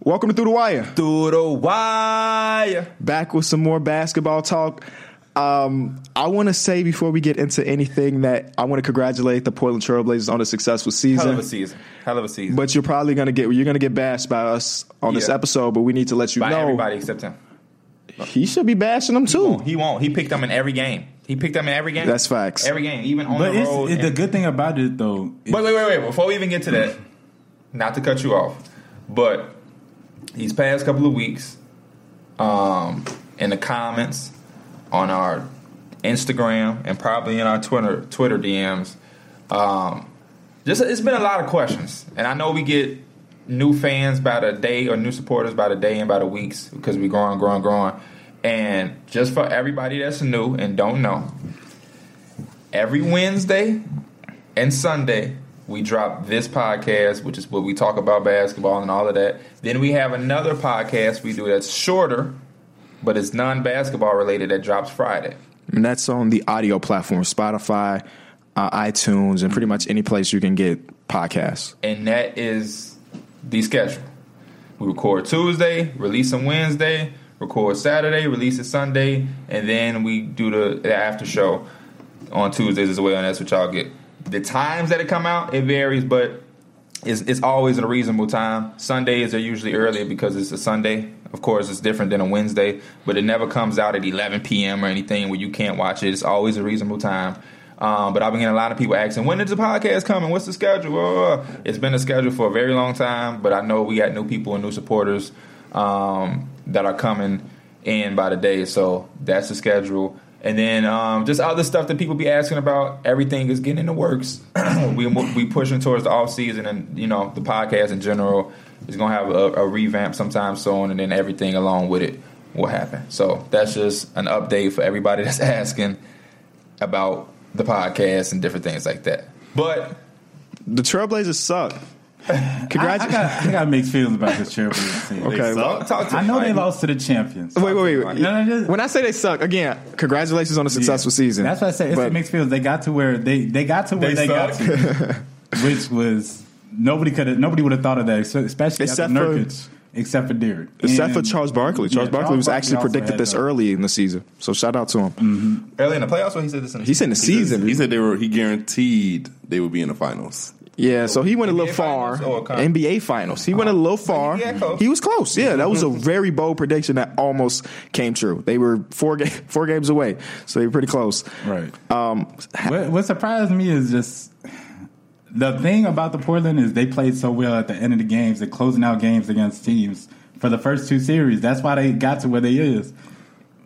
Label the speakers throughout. Speaker 1: Welcome to Through the Wire.
Speaker 2: Through the wire.
Speaker 1: Back with some more basketball talk. Um, I want to say before we get into anything that I want to congratulate the Portland Trailblazers on a successful
Speaker 2: Hell
Speaker 1: season.
Speaker 2: of a season. Hell of a season.
Speaker 1: But you're probably gonna get you're gonna get bashed by us on this
Speaker 2: Yeah.
Speaker 1: episode. But we need to let you
Speaker 2: by
Speaker 1: know
Speaker 2: everybody except him.
Speaker 1: he should be bashing them too.
Speaker 2: He won't. He picked them in every game. He picked them in every game.
Speaker 1: That's facts.
Speaker 2: Every game, even on
Speaker 3: But
Speaker 2: the
Speaker 3: it's,
Speaker 2: road.
Speaker 3: it, the
Speaker 2: and-
Speaker 3: good thing about it though, is
Speaker 2: Wait, wait, wait, wait. Before we even get to that, not to cut you off, but these past couple of weeks, um, in the comments on our Instagram and probably in our Twitter Twitter DMs, um, just it's been a lot of questions, and I know we get new fans by the day or new supporters by the day and by the weeks because we're growing, growing, growing. And just for everybody that's new and don't know, every Wednesday and Sunday we drop this podcast, which is what we talk about basketball and all of that. Then we have another podcast we do that's shorter, but it's non-basketball related that drops Friday.
Speaker 1: and that's on the audio platform, Spotify, uh, iTunes, and pretty much any place you can get podcasts.
Speaker 2: and that is the schedule. We record Tuesday, release on Wednesday, record Saturday, release it Sunday, and then we do the, the after show on Tuesdays as well, and that's what y'all get. The times that it come out, it varies, but it's, it's always at a reasonable time. Sundays are usually earlier because it's a Sunday. Of course, it's different than a Wednesday, but it never comes out at 11 p.m. or anything where you can't watch it. It's always a reasonable time. Um, but I've been getting a lot of people asking, when is the podcast coming? What's the schedule? Uh, It's been a schedule for a very long time, but I know we got new people and new supporters um, that are coming in by the day. So that's the schedule. And then um, just other stuff that people be asking about. Everything is getting in the works. we we pushing towards the off season, and you know the podcast in general is gonna have a, a revamp sometime soon, and then everything along with it will happen. So that's just an update for everybody that's asking about the podcast and different things like that. But
Speaker 1: The Trailblazers suck.
Speaker 3: I, I
Speaker 1: Congratulations.
Speaker 3: got I got mixed feelings about this Trailblazers team.
Speaker 1: Okay,
Speaker 3: They suck.
Speaker 1: well,
Speaker 2: talk, talk to
Speaker 3: I know they
Speaker 2: Mike.
Speaker 3: lost to the champions.
Speaker 1: Wait, wait, wait.
Speaker 3: No, no, just-
Speaker 1: when I say they suck, again, congratulations on a successful
Speaker 3: Yeah.
Speaker 1: season.
Speaker 3: That's what I said. It's
Speaker 1: But-
Speaker 3: a mixed feelings. They got to where they they got to where
Speaker 2: They
Speaker 3: they, got
Speaker 2: suck.
Speaker 3: to, which was nobody could have nobody would have thought of that, so- especially
Speaker 1: Except
Speaker 3: except
Speaker 1: for-
Speaker 3: after Nurkic, except for Derek,
Speaker 1: Except for
Speaker 3: And-
Speaker 1: Charles Barkley.
Speaker 3: Yeah,
Speaker 1: Charles Barkley was actually
Speaker 3: also
Speaker 1: predicted
Speaker 3: had Mm-hmm.
Speaker 1: this
Speaker 3: the-
Speaker 1: early in the season. So shout out to him.
Speaker 2: early in the playoffs, or he said this. In the
Speaker 1: He said in the season.
Speaker 4: He said they were. He guaranteed they would be in the finals.
Speaker 1: yeah, so he went a little
Speaker 2: NBA finals
Speaker 1: far.
Speaker 2: or con-
Speaker 1: NBA finals. He went a
Speaker 3: Uh-huh.
Speaker 1: little far.
Speaker 2: yeah, close.
Speaker 1: He was close. Yeah, that was a very bold prediction that almost came true. They were four ga- four games away. So they were pretty close.
Speaker 3: right.
Speaker 1: Um,
Speaker 3: What, what surprised me is just the thing about the Portland is they played so well at the end of the games, they're closing out games against teams for the first two series. That's why they got to where they is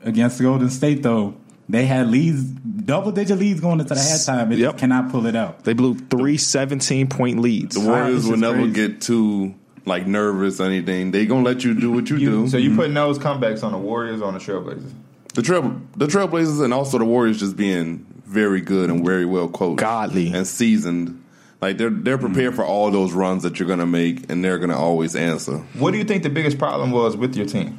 Speaker 3: against Golden State. Though they had leads, double digit leads going into the halftime. It
Speaker 1: Yep.
Speaker 3: just cannot pull it out.
Speaker 1: they blew three 17 point leads.
Speaker 4: The Warriors
Speaker 3: this
Speaker 4: will
Speaker 3: is
Speaker 4: never
Speaker 3: crazy.
Speaker 4: get too like nervous or anything. They gonna let you do what you, do.
Speaker 2: So you putting those comebacks on the Warriors or on the Trailblazers?
Speaker 4: the trail, the Trailblazers, and also the Warriors just being very good and very well coached,
Speaker 1: Godly.
Speaker 4: and seasoned. Like they're they're prepared for all those runs that you're gonna make, and they're gonna always answer.
Speaker 2: What do you think the biggest problem was with your team?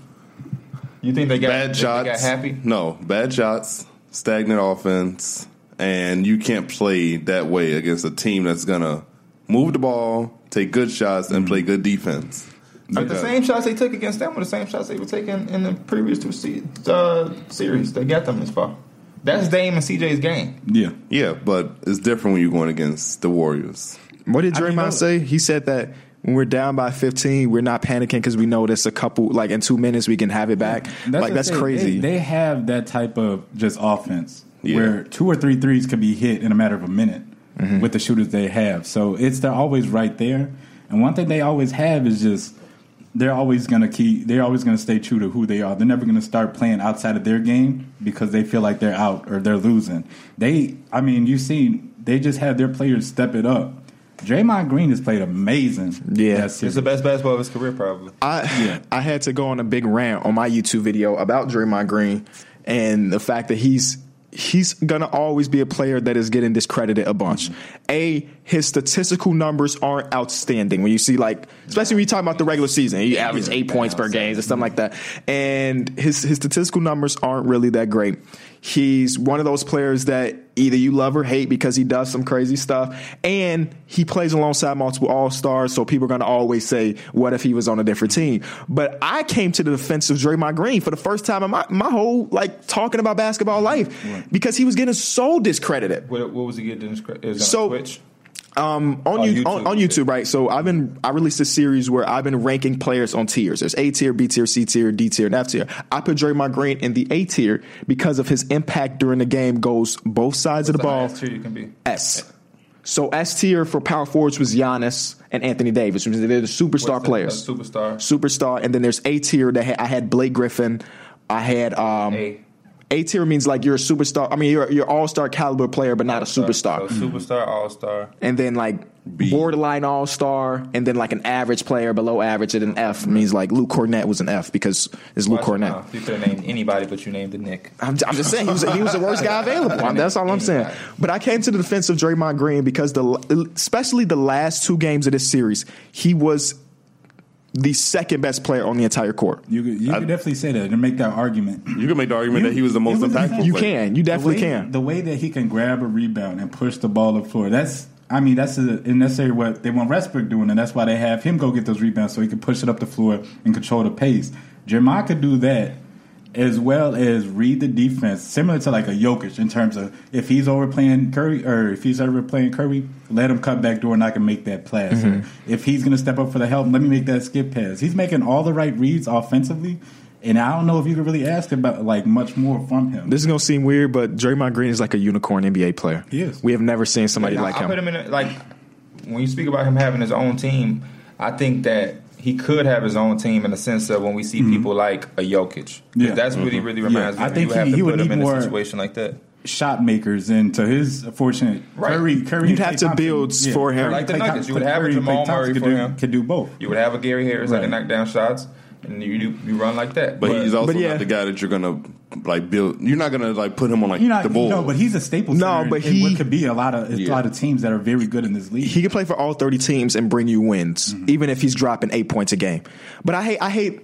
Speaker 2: You think they got
Speaker 4: bad
Speaker 2: they
Speaker 4: shots.
Speaker 2: got happy?
Speaker 4: No, bad shots, stagnant offense, and you can't play that way against a team that's gonna move the ball, take good shots, and play good defense.
Speaker 2: Are the
Speaker 4: Because-
Speaker 2: same shots they took against them were the same shots they were taking in the previous two se- uh, series that got them this far? That's Dame and CJ's game.
Speaker 3: Yeah.
Speaker 4: Yeah, but it's different when you're going against the Warriors.
Speaker 1: What did
Speaker 3: I mean,
Speaker 1: Draymond
Speaker 3: look-
Speaker 1: say? He said that when we're down by 15, we're not panicking because we know that's a couple, like in two minutes, we can have it back. like,
Speaker 3: the
Speaker 1: that's
Speaker 3: thing.
Speaker 1: crazy.
Speaker 3: They, they have that type of just offense
Speaker 4: Yeah.
Speaker 3: where two or three threes can be hit in a matter of a minute
Speaker 1: Mm-hmm.
Speaker 3: with the shooters they have. So it's they're always right there. And one thing they always have is just they're always gonna keep they're always gonna stay true to who they are. They're never gonna start playing outside of their game because they feel like they're out or they're losing. They I mean, you've seen they just have their players step it up. Draymond Green has played amazing.
Speaker 1: Yeah. It's
Speaker 3: that
Speaker 2: It's
Speaker 3: series.
Speaker 2: the best basketball of his career, probably.
Speaker 1: I
Speaker 3: Yeah.
Speaker 1: I had to go on a big rant on my YouTube video about Draymond Green and the fact that he's he's gonna always be a player that is getting discredited a bunch. A his statistical numbers aren't outstanding. When you see like, especially when you talk about the regular season, he averaged eight points per game or something like that, and his his statistical numbers aren't really that great. He's one of those players that either you love or hate because he does some crazy stuff, and he plays alongside multiple All Stars, so people are going to always say, "What if he was on a different team?" But I came to the defense of Draymond Green for the first time in my, my whole like talking about basketball life because he was getting so discredited
Speaker 2: What, what was he getting? discre- Is it on
Speaker 1: So-
Speaker 2: Twitch?
Speaker 1: um, on,
Speaker 2: On
Speaker 1: you,
Speaker 2: YouTube,
Speaker 1: on, on
Speaker 2: yeah.
Speaker 1: YouTube, right? So I've been I released a series where I've been ranking players on tiers. There's A tier, B tier, C tier, D tier, and F tier. I put Draymond Green in the A tier because of his impact during the game goes both sides of the
Speaker 2: That's
Speaker 1: ball.
Speaker 2: highest tier you can be.
Speaker 1: S. So S tier for power forwards was Giannis and Anthony Davis, which means they're the superstar
Speaker 2: What's that?
Speaker 1: players.
Speaker 2: A superstar.
Speaker 1: superstar, and then there's A tier that ha- I had Blake Griffin. I had um,
Speaker 2: A.
Speaker 1: A tier means like you're a superstar. I mean, you're you're all star caliber player, but not a superstar
Speaker 2: So superstar, all star.
Speaker 1: and then like borderline all star, and then like an average player below average, and an F means like Luke Cornett was an F because it's Luke Cornett.
Speaker 2: Uh, You could have named anybody, but you named the Nick.
Speaker 1: I'm, I'm just saying he was, he was the worst guy available. I'm- that's all I'm saying. But I came to the defense of Draymond Green because the especially the last two games of this series, he was the second best player on the entire court.
Speaker 3: You could, you could definitely say that and make that argument.
Speaker 4: You can make the argument
Speaker 3: You-
Speaker 4: that he was the most
Speaker 3: it was-
Speaker 4: impactful.
Speaker 1: You
Speaker 4: player.
Speaker 1: can, you definitely
Speaker 3: the way,
Speaker 1: can.
Speaker 3: The way that he can grab a rebound and push the ball up floor. That's I mean that's a, and that's necessarily what they want Westbrook doing, and that's why they have him go get those rebounds so he can push it up the floor and control the pace. Jeremiah could do that as well as read the defense, similar to like a Jokic in terms of if he's overplaying Curry or if he's overplaying Curry, let him cut back door and I can make that pass.
Speaker 1: Mm-hmm.
Speaker 3: Or If he's going to step up for the help, let me make that skip pass. He's making all the right reads offensively. And I don't know if you could really ask about like much more from him.
Speaker 1: This is gonna seem weird, but Draymond Green is like a unicorn NBA player.
Speaker 3: He is.
Speaker 1: We have never seen somebody
Speaker 2: I-
Speaker 1: like
Speaker 2: I
Speaker 1: him.
Speaker 2: put him in a, like when you speak about him having his own team. I think that he could have his own team in the sense of when we see people like a Jokic.
Speaker 3: Mm-hmm. Yeah. Mm-hmm.
Speaker 2: That's what he really reminds
Speaker 3: Yeah.
Speaker 2: me.
Speaker 3: I
Speaker 2: of.
Speaker 3: think
Speaker 2: you have
Speaker 3: he-
Speaker 2: to
Speaker 3: he would
Speaker 2: put him
Speaker 3: need
Speaker 2: in
Speaker 3: more-
Speaker 2: a situation like that.
Speaker 3: shot makers, and to his fortunate,
Speaker 2: Right.
Speaker 3: Curry, Curry,
Speaker 1: You'd
Speaker 3: and
Speaker 1: have
Speaker 3: Klay
Speaker 1: to
Speaker 3: Thompson-
Speaker 1: build for him.
Speaker 3: Curry,
Speaker 2: Like the
Speaker 3: Klay
Speaker 2: Nuggets,
Speaker 3: Thompson-
Speaker 2: you would have
Speaker 3: Curry,
Speaker 2: Jamal
Speaker 3: Klay Thompson
Speaker 2: Murray
Speaker 3: could
Speaker 2: for
Speaker 3: do,
Speaker 2: him.
Speaker 3: Could do both.
Speaker 2: You would have a Gary Harris that can
Speaker 3: Right.
Speaker 2: knock down shots, and you you, you run like that.
Speaker 4: But, he's also
Speaker 1: but yeah.
Speaker 4: not the guy that you're gonna like build. You're not gonna like put him on like
Speaker 3: You're not,
Speaker 4: the Bulls.
Speaker 3: no, but he's a staple.
Speaker 1: No,
Speaker 3: center
Speaker 1: but
Speaker 3: in
Speaker 1: he-
Speaker 3: what could be a lot of a
Speaker 4: Yeah.
Speaker 3: lot of teams that are very good in this league.
Speaker 1: he can play for all 30 teams and bring you wins,
Speaker 2: Mm-hmm.
Speaker 1: even if he's dropping eight points a game. But I hate, I hate.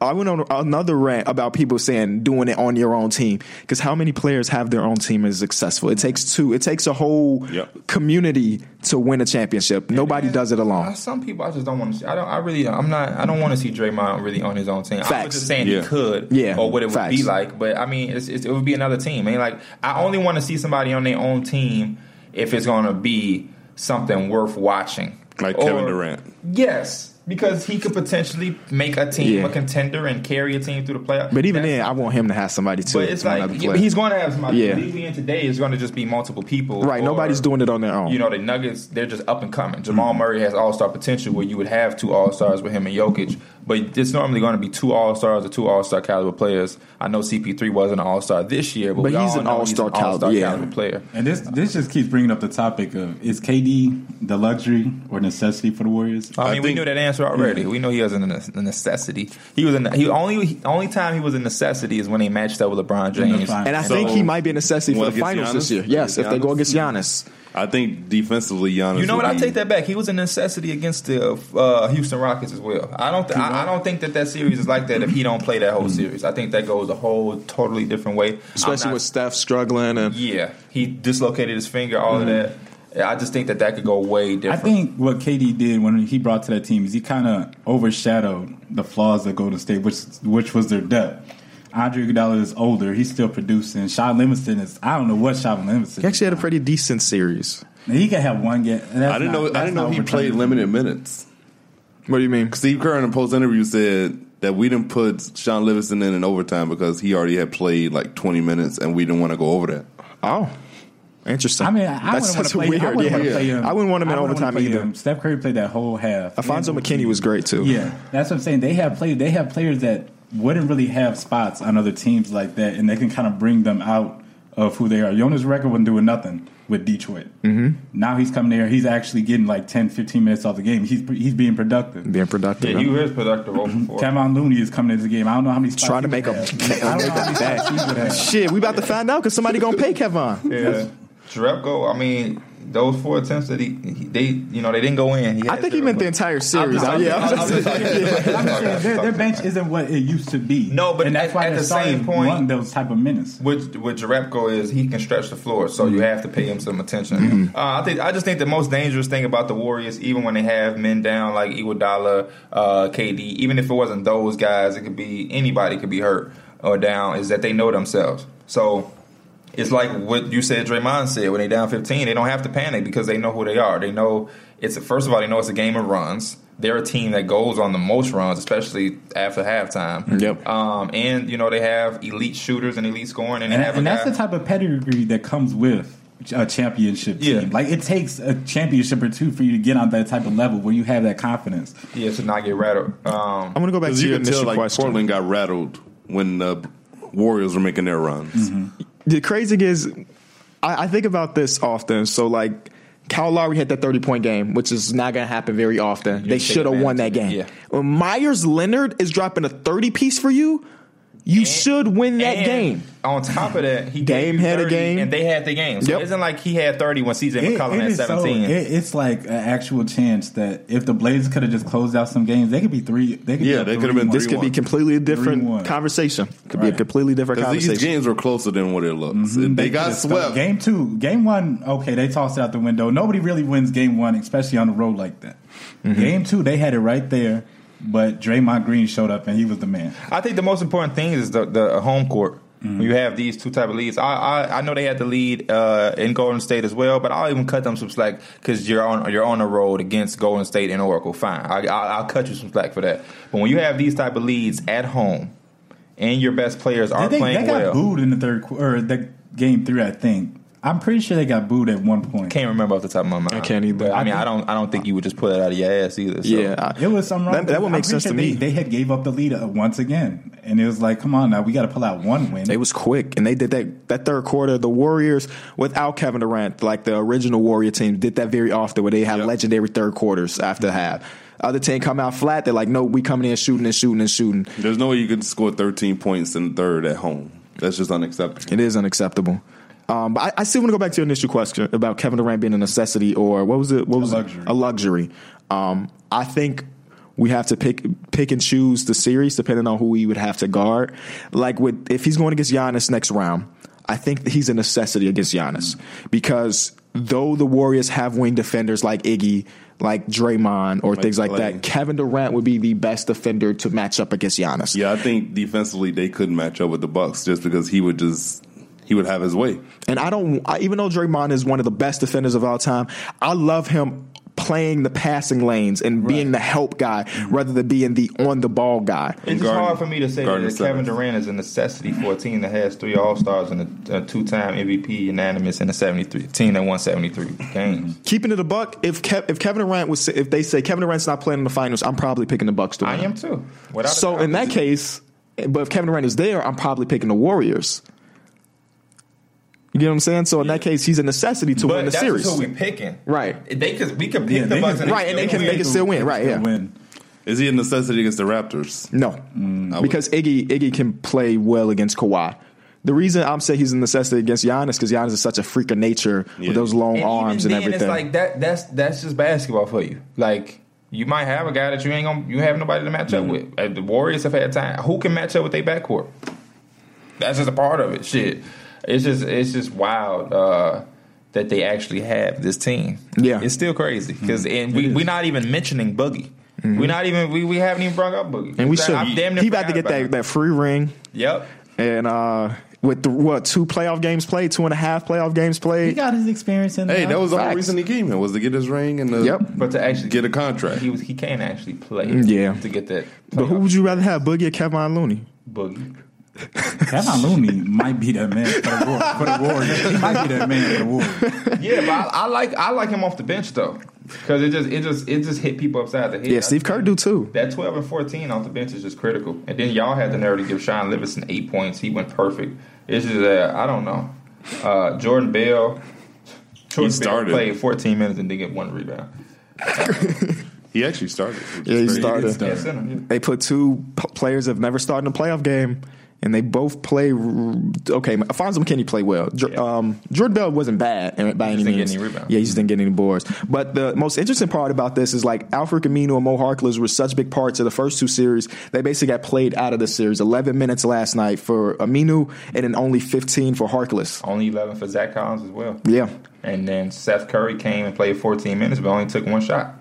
Speaker 1: I went on another rant about people saying doing it on your own team because how many players have their own team is successful? It takes two. It takes a whole
Speaker 4: Yep.
Speaker 1: community to win a championship. Nobody does it
Speaker 2: Uh,
Speaker 1: alone.
Speaker 2: Some people I just don't want to see. I don't. I really. uh, I'm not. I don't want to see Draymond really on his own team. I
Speaker 1: Facts.
Speaker 2: was just saying
Speaker 4: Yeah.
Speaker 2: he could.
Speaker 1: Yeah,
Speaker 2: Or what it would be
Speaker 1: facts.
Speaker 2: like. But I mean, it's, it's, it would be another team. I mean, like I only want to see somebody on their own team if it's going to be something worth watching.
Speaker 4: like
Speaker 2: Or-
Speaker 4: Kevin Durant.
Speaker 2: Yes, because he could potentially make a team
Speaker 1: Yeah.
Speaker 2: a contender and carry a team through the playoffs.
Speaker 1: But even
Speaker 2: That's-
Speaker 1: then, I want him to have somebody too.
Speaker 2: But it's
Speaker 1: one
Speaker 2: like
Speaker 1: other
Speaker 2: he-
Speaker 1: player.
Speaker 2: he's going to have somebody.
Speaker 1: Yeah.
Speaker 2: Yeah. Leaving in today is going to just be multiple people.
Speaker 1: right.
Speaker 2: or-
Speaker 1: Nobody's doing it on their own.
Speaker 2: you know, the Nuggets, they're just up and coming. Jamal
Speaker 1: Mm-hmm.
Speaker 2: Murray has all star potential where you would have two all stars with him and Jokic, but it's normally going to be two all stars or two all star caliber players. I know CP3 wasn't an all star this year, but,
Speaker 1: But
Speaker 2: we
Speaker 1: he's
Speaker 2: all
Speaker 1: an
Speaker 2: know
Speaker 1: all-star
Speaker 2: he's an all-star
Speaker 1: caliber, yeah.
Speaker 2: caliber player.
Speaker 3: and this this just keeps bringing up the topic of is KD the luxury or necessity for the Warriors?
Speaker 2: I,
Speaker 4: I
Speaker 2: mean, we
Speaker 4: think-
Speaker 2: knew that answer already. We know he was a ne- a necessity. He was a ne- he only he- only time he was a necessity is when he matched up with LeBron
Speaker 3: In the
Speaker 2: James.
Speaker 3: finals.
Speaker 1: and I
Speaker 4: So-
Speaker 1: think he might be a necessity for
Speaker 4: Well,
Speaker 1: the finals
Speaker 4: against
Speaker 1: this
Speaker 4: Giannis?
Speaker 1: year. Yes, if they go against
Speaker 4: Against
Speaker 1: Giannis.
Speaker 4: I think defensively, Giannis.
Speaker 2: You know what?
Speaker 4: would
Speaker 2: I
Speaker 4: be-
Speaker 2: take that back. He was a necessity against the uh, Houston Rockets as well. I don't. Th- I, I don't think that that series is like that if he don't play that whole series. I think that goes a whole totally different way. I'm
Speaker 1: Especially
Speaker 2: not-
Speaker 1: with Steph struggling and
Speaker 2: yeah, he dislocated his finger. All of that. Yeah, I just think that that could go way
Speaker 3: I
Speaker 2: different.
Speaker 3: think what KD did when he brought to that team is he kind of overshadowed the flaws of Golden State, which which was their depth. Andre Iguodala is older; he's still producing. Sean Livingston is I don't know what Sean Livingston.
Speaker 1: he actually had a pretty decent series.
Speaker 3: He can have one game.
Speaker 4: I didn't know. I didn't know he played limited minutes.
Speaker 1: What do you mean?
Speaker 4: Steve Kerr in a post interview said that we didn't put Sean Livingston in in overtime because he already had played like 20 minutes and we didn't want to go over that.
Speaker 1: Oh, interesting.
Speaker 3: I mean, I wouldn't want to play. I wouldn't want to play him.
Speaker 1: I wouldn't want him in
Speaker 3: I wouldn't wanna
Speaker 1: overtime
Speaker 3: play
Speaker 1: either.
Speaker 3: him. Steph Curry played that whole half.
Speaker 1: Alfonso
Speaker 3: Yeah.
Speaker 1: McKinney was great too.
Speaker 3: Yeah, that's what I'm saying. They have played. They have players that wouldn't really have spots on other teams like that, and they can kind of bring them out of who they are. Jonas Record wasn't doing nothing with Detroit. Mm-hmm. Now he's coming there. He's actually getting like 10, 15 minutes off the game. He's he's being productive.
Speaker 1: being productive.
Speaker 2: yeah, he was productive over four.
Speaker 3: Kevin Looney is coming into the game. I don't know how many spots
Speaker 1: Trying to
Speaker 3: he
Speaker 1: make
Speaker 3: would
Speaker 1: a-
Speaker 3: have. I don't know how many spots he would have.
Speaker 1: Shit, we about to find out because somebody gonna pay Kevin.
Speaker 2: Yeah, Drepko. I mean, those four attempts that he, he they you know they didn't go in.
Speaker 1: I
Speaker 2: had
Speaker 1: think he meant the
Speaker 2: zero.
Speaker 1: entire series. I- yeah, I was
Speaker 2: I'm just- I'm just-
Speaker 3: I'm just saying, their, their
Speaker 2: I'm
Speaker 3: bench
Speaker 2: just-
Speaker 3: isn't what it used to be.
Speaker 2: No, but
Speaker 3: and that's
Speaker 2: at-
Speaker 3: why
Speaker 2: at
Speaker 3: they're
Speaker 2: the same
Speaker 3: starting
Speaker 2: point-
Speaker 3: wanting those type of minutes.
Speaker 2: With with Jarepko is he can stretch the floor, so you have to pay him some attention. Uh, I think I just think the most dangerous thing about the Warriors, even when they have men down like Iguodala, uh, KD, even if it wasn't those guys, it could be anybody could be hurt or down, is that they know themselves. So it's like what you said Draymond said when they down 15 they don't have to panic because they know who they are they know it's first of all they know it's a game of runs they're a team that goes on the most runs especially after halftime
Speaker 1: Yep.
Speaker 2: um, and you know they have elite shooters and elite scoring and,
Speaker 3: And,
Speaker 2: they have
Speaker 3: and
Speaker 2: a
Speaker 3: that's
Speaker 2: guy,
Speaker 3: the type of pedigree that comes with a championship
Speaker 2: Yeah.
Speaker 3: team. Like it takes a championship or two for you to get on that type of level where you have that confidence.
Speaker 2: yeah to not get rattled um,
Speaker 1: I'm gonna go back to
Speaker 4: Because you
Speaker 1: your
Speaker 4: can tell,
Speaker 1: initial
Speaker 4: like
Speaker 1: question.
Speaker 4: Portland got rattled when the Warriors were making their runs.
Speaker 1: Mm-hmm. the crazy thing is, I, I think about this often. So like, Kyle Lowry had that thirty point game, which is not going to happen very often. they
Speaker 2: take
Speaker 1: should have won that
Speaker 2: advantage of
Speaker 1: game.
Speaker 2: it, yeah.
Speaker 1: When Myers Leonard is dropping a thirty piece for you, you should win that
Speaker 2: And
Speaker 1: game.
Speaker 2: on top of that he
Speaker 1: Dame
Speaker 2: gave you
Speaker 1: had a
Speaker 2: 30,
Speaker 1: game.
Speaker 2: and they had the game so
Speaker 1: Yep.
Speaker 2: it isn't like he had 30 when CJ
Speaker 3: It-
Speaker 2: McCollum
Speaker 3: it
Speaker 2: had
Speaker 3: is so-
Speaker 2: 17
Speaker 3: it- it's like an actual chance that if the Blazers could have just closed out some games, they could be three. They could
Speaker 4: Yeah,
Speaker 3: be
Speaker 4: they could have been
Speaker 1: This
Speaker 4: three
Speaker 1: could be
Speaker 4: one.
Speaker 1: completely a
Speaker 3: one.
Speaker 1: different conversation. Could be a
Speaker 3: Right.
Speaker 1: completely different
Speaker 4: Because these
Speaker 1: conversation. Mm-hmm.
Speaker 4: games were closer than what it looks. They, got
Speaker 3: could've
Speaker 4: swept.
Speaker 3: scored. Game two, game one. Okay, they tossed it out the window. Nobody really wins game one, especially on the road like that. Game two, they had it right there, but Draymond Green showed up and he was the man.
Speaker 2: I think the most important thing is the, the home court. When you have these two type of leads, I, I I know they had the lead uh, in Golden State as well, but I'll even cut them some slack because you're on you're on the road against Golden State and Oracle. Fine, I, I, I'll cut you some slack for that. But when you have these type of leads at home and your best players
Speaker 3: They,
Speaker 2: are
Speaker 3: they,
Speaker 2: playing
Speaker 3: they got
Speaker 2: well,
Speaker 3: booed in the third quarter, or the game three, I think. I'm pretty sure they got booed at one point.
Speaker 2: can't remember off the top of my mind. I
Speaker 1: can't either.
Speaker 2: But, I mean, I don't I don't think you would just pull it out of your ass either. So.
Speaker 1: yeah, I-
Speaker 3: It was some wrong.
Speaker 1: That, that would
Speaker 3: I'm
Speaker 1: make
Speaker 3: pretty
Speaker 1: sense
Speaker 3: sure
Speaker 1: to
Speaker 3: they,
Speaker 1: me.
Speaker 3: They had gave up the lead uh, once again, and it was like, come on now, we got to pull out one win.
Speaker 1: They was quick, and they did that that third quarter. The Warriors, without Kevin Durant, like the original Warrior team, did that very often, where they had legendary third quarters after half. Other team come out flat. They're like, no, we coming in shooting and shooting and shooting.
Speaker 4: There's no way you could score 13 points in the third at home. That's just unacceptable.
Speaker 1: It is unacceptable. Um, but I, I still want to go back to your initial question about Kevin Durant being a necessity or what was it? What was it?
Speaker 3: luxury.
Speaker 1: A luxury. Um, I think we have to pick pick and choose the series depending on who we would have to guard. Like with if he's going against Giannis next round, I think that he's a necessity against Giannis because though the Warriors have wing defenders like Iggy, like Draymond, or things like
Speaker 4: Clay.
Speaker 1: that, Kevin Durant would be the best defender to match up against Giannis.
Speaker 4: Yeah, I think defensively they couldn't match up with the Bucks just because he would just he would have his way.
Speaker 1: And I don't, I, even though Draymond is one of the best defenders of all time, I love him playing the passing lanes and being the help guy rather than being the on the ball guy.
Speaker 2: It's just
Speaker 4: Garden-
Speaker 2: hard for me to say that
Speaker 4: Garden
Speaker 2: Kevin
Speaker 4: Centers.
Speaker 2: Durant is a necessity for a team that has three All Stars and a, a two time MVP unanimous and a seventy three team that won seventy three games.
Speaker 1: Keeping it a buck, if Kev, if Kevin Durant was, if they say Kevin Durant's not playing in the finals, I'm probably picking the Bucks to
Speaker 2: I
Speaker 1: win.
Speaker 2: am too. Without a
Speaker 1: So
Speaker 2: doubt.
Speaker 1: in that case, but if Kevin Durant is there, I'm probably picking the Warriors. You get what I'm saying? So in that case, he's a necessity to
Speaker 2: but
Speaker 1: win the
Speaker 2: that's
Speaker 1: series.
Speaker 2: who we picking,
Speaker 1: Right.
Speaker 2: They could we could pick
Speaker 3: Yeah,
Speaker 2: the
Speaker 3: they
Speaker 2: Bucks,
Speaker 3: could-
Speaker 1: Right, and they can
Speaker 2: win.
Speaker 1: make it still win, right?
Speaker 3: Still
Speaker 1: Yeah.
Speaker 3: win.
Speaker 4: Is he a necessity against the Raptors?
Speaker 1: No,
Speaker 4: Mm, I would-
Speaker 1: because Iggy Iggy can play well against Kawhi. The reason I'm saying he's a necessity against Giannis because Giannis is such a freak of nature
Speaker 4: Yeah.
Speaker 1: with those long
Speaker 2: And
Speaker 1: arms
Speaker 2: even
Speaker 1: and
Speaker 2: then,
Speaker 1: everything.
Speaker 2: It's like that. That's that's just basketball for you. Like you might have a guy that you ain't gonna you have nobody to match up with. Uh, The Warriors have had time. Who can match up with their backcourt? That's just a part of it. Shit, it's just it's just wild. Uh, that they actually have this team,
Speaker 1: Yeah. Mm-hmm.
Speaker 2: it's still crazy because and we we're not even mentioning Boogie, we're not even we, we haven't even brought up Boogie,
Speaker 1: and we
Speaker 2: I'm
Speaker 1: should.
Speaker 2: damn near
Speaker 1: He about to
Speaker 2: forgot
Speaker 1: get that,
Speaker 2: him.
Speaker 1: that free ring
Speaker 2: Yep,
Speaker 1: and uh, with the, what two playoff games played, two and a half playoff games
Speaker 3: He
Speaker 1: played.
Speaker 3: got his experience in.
Speaker 4: Hey,
Speaker 3: the-
Speaker 4: that was the whole
Speaker 1: Facts.
Speaker 4: reason he came here was to get his ring and the
Speaker 1: Yep.
Speaker 2: but to actually
Speaker 4: get a contract.
Speaker 2: he was he can't actually play,
Speaker 1: Yeah.
Speaker 2: to get that.
Speaker 1: But who would you rather have, Boogie or Kevin Looney?
Speaker 2: Boogie?
Speaker 3: Kevin Looney might be that man for the war. For the Warriors. he might be that man for the war.
Speaker 2: Yeah, but I, I like I like him off the bench though, because it just it just it just hit people upside the head.
Speaker 1: Yeah, Steve Kerr do too.
Speaker 2: That twelve and fourteen off the bench is just critical. And then y'all had the nerve to give Sean Livingston eight points. He went perfect. It's just uh, I don't know. Uh, Jordan Bell. Jordan
Speaker 4: started.
Speaker 2: Bell played fourteen minutes and did get one rebound.
Speaker 4: He actually started. which is
Speaker 1: Yeah, he
Speaker 4: crazy.
Speaker 1: started.
Speaker 3: It's done.
Speaker 2: Yeah, center, yeah.
Speaker 1: They put two p- players that have never started in a playoff game and they both play. r- Okay, Alfonso McKinney played well. Jor- Um, Jordan Bell wasn't bad and- by any
Speaker 2: didn't get
Speaker 1: means.
Speaker 2: any rebounds.
Speaker 1: Yeah, he just didn't get any boards. But the most interesting part about this is like Alfred Camino and Mo Harkless were such big parts of the first two series. They basically got played out of the series. Eleven minutes last night for Aminu, and then only fifteen for Harkless.
Speaker 2: Only 11 for Zach Collins as well.
Speaker 1: Yeah,
Speaker 2: And then Seth Curry came and played 14 minutes, but only took one shot.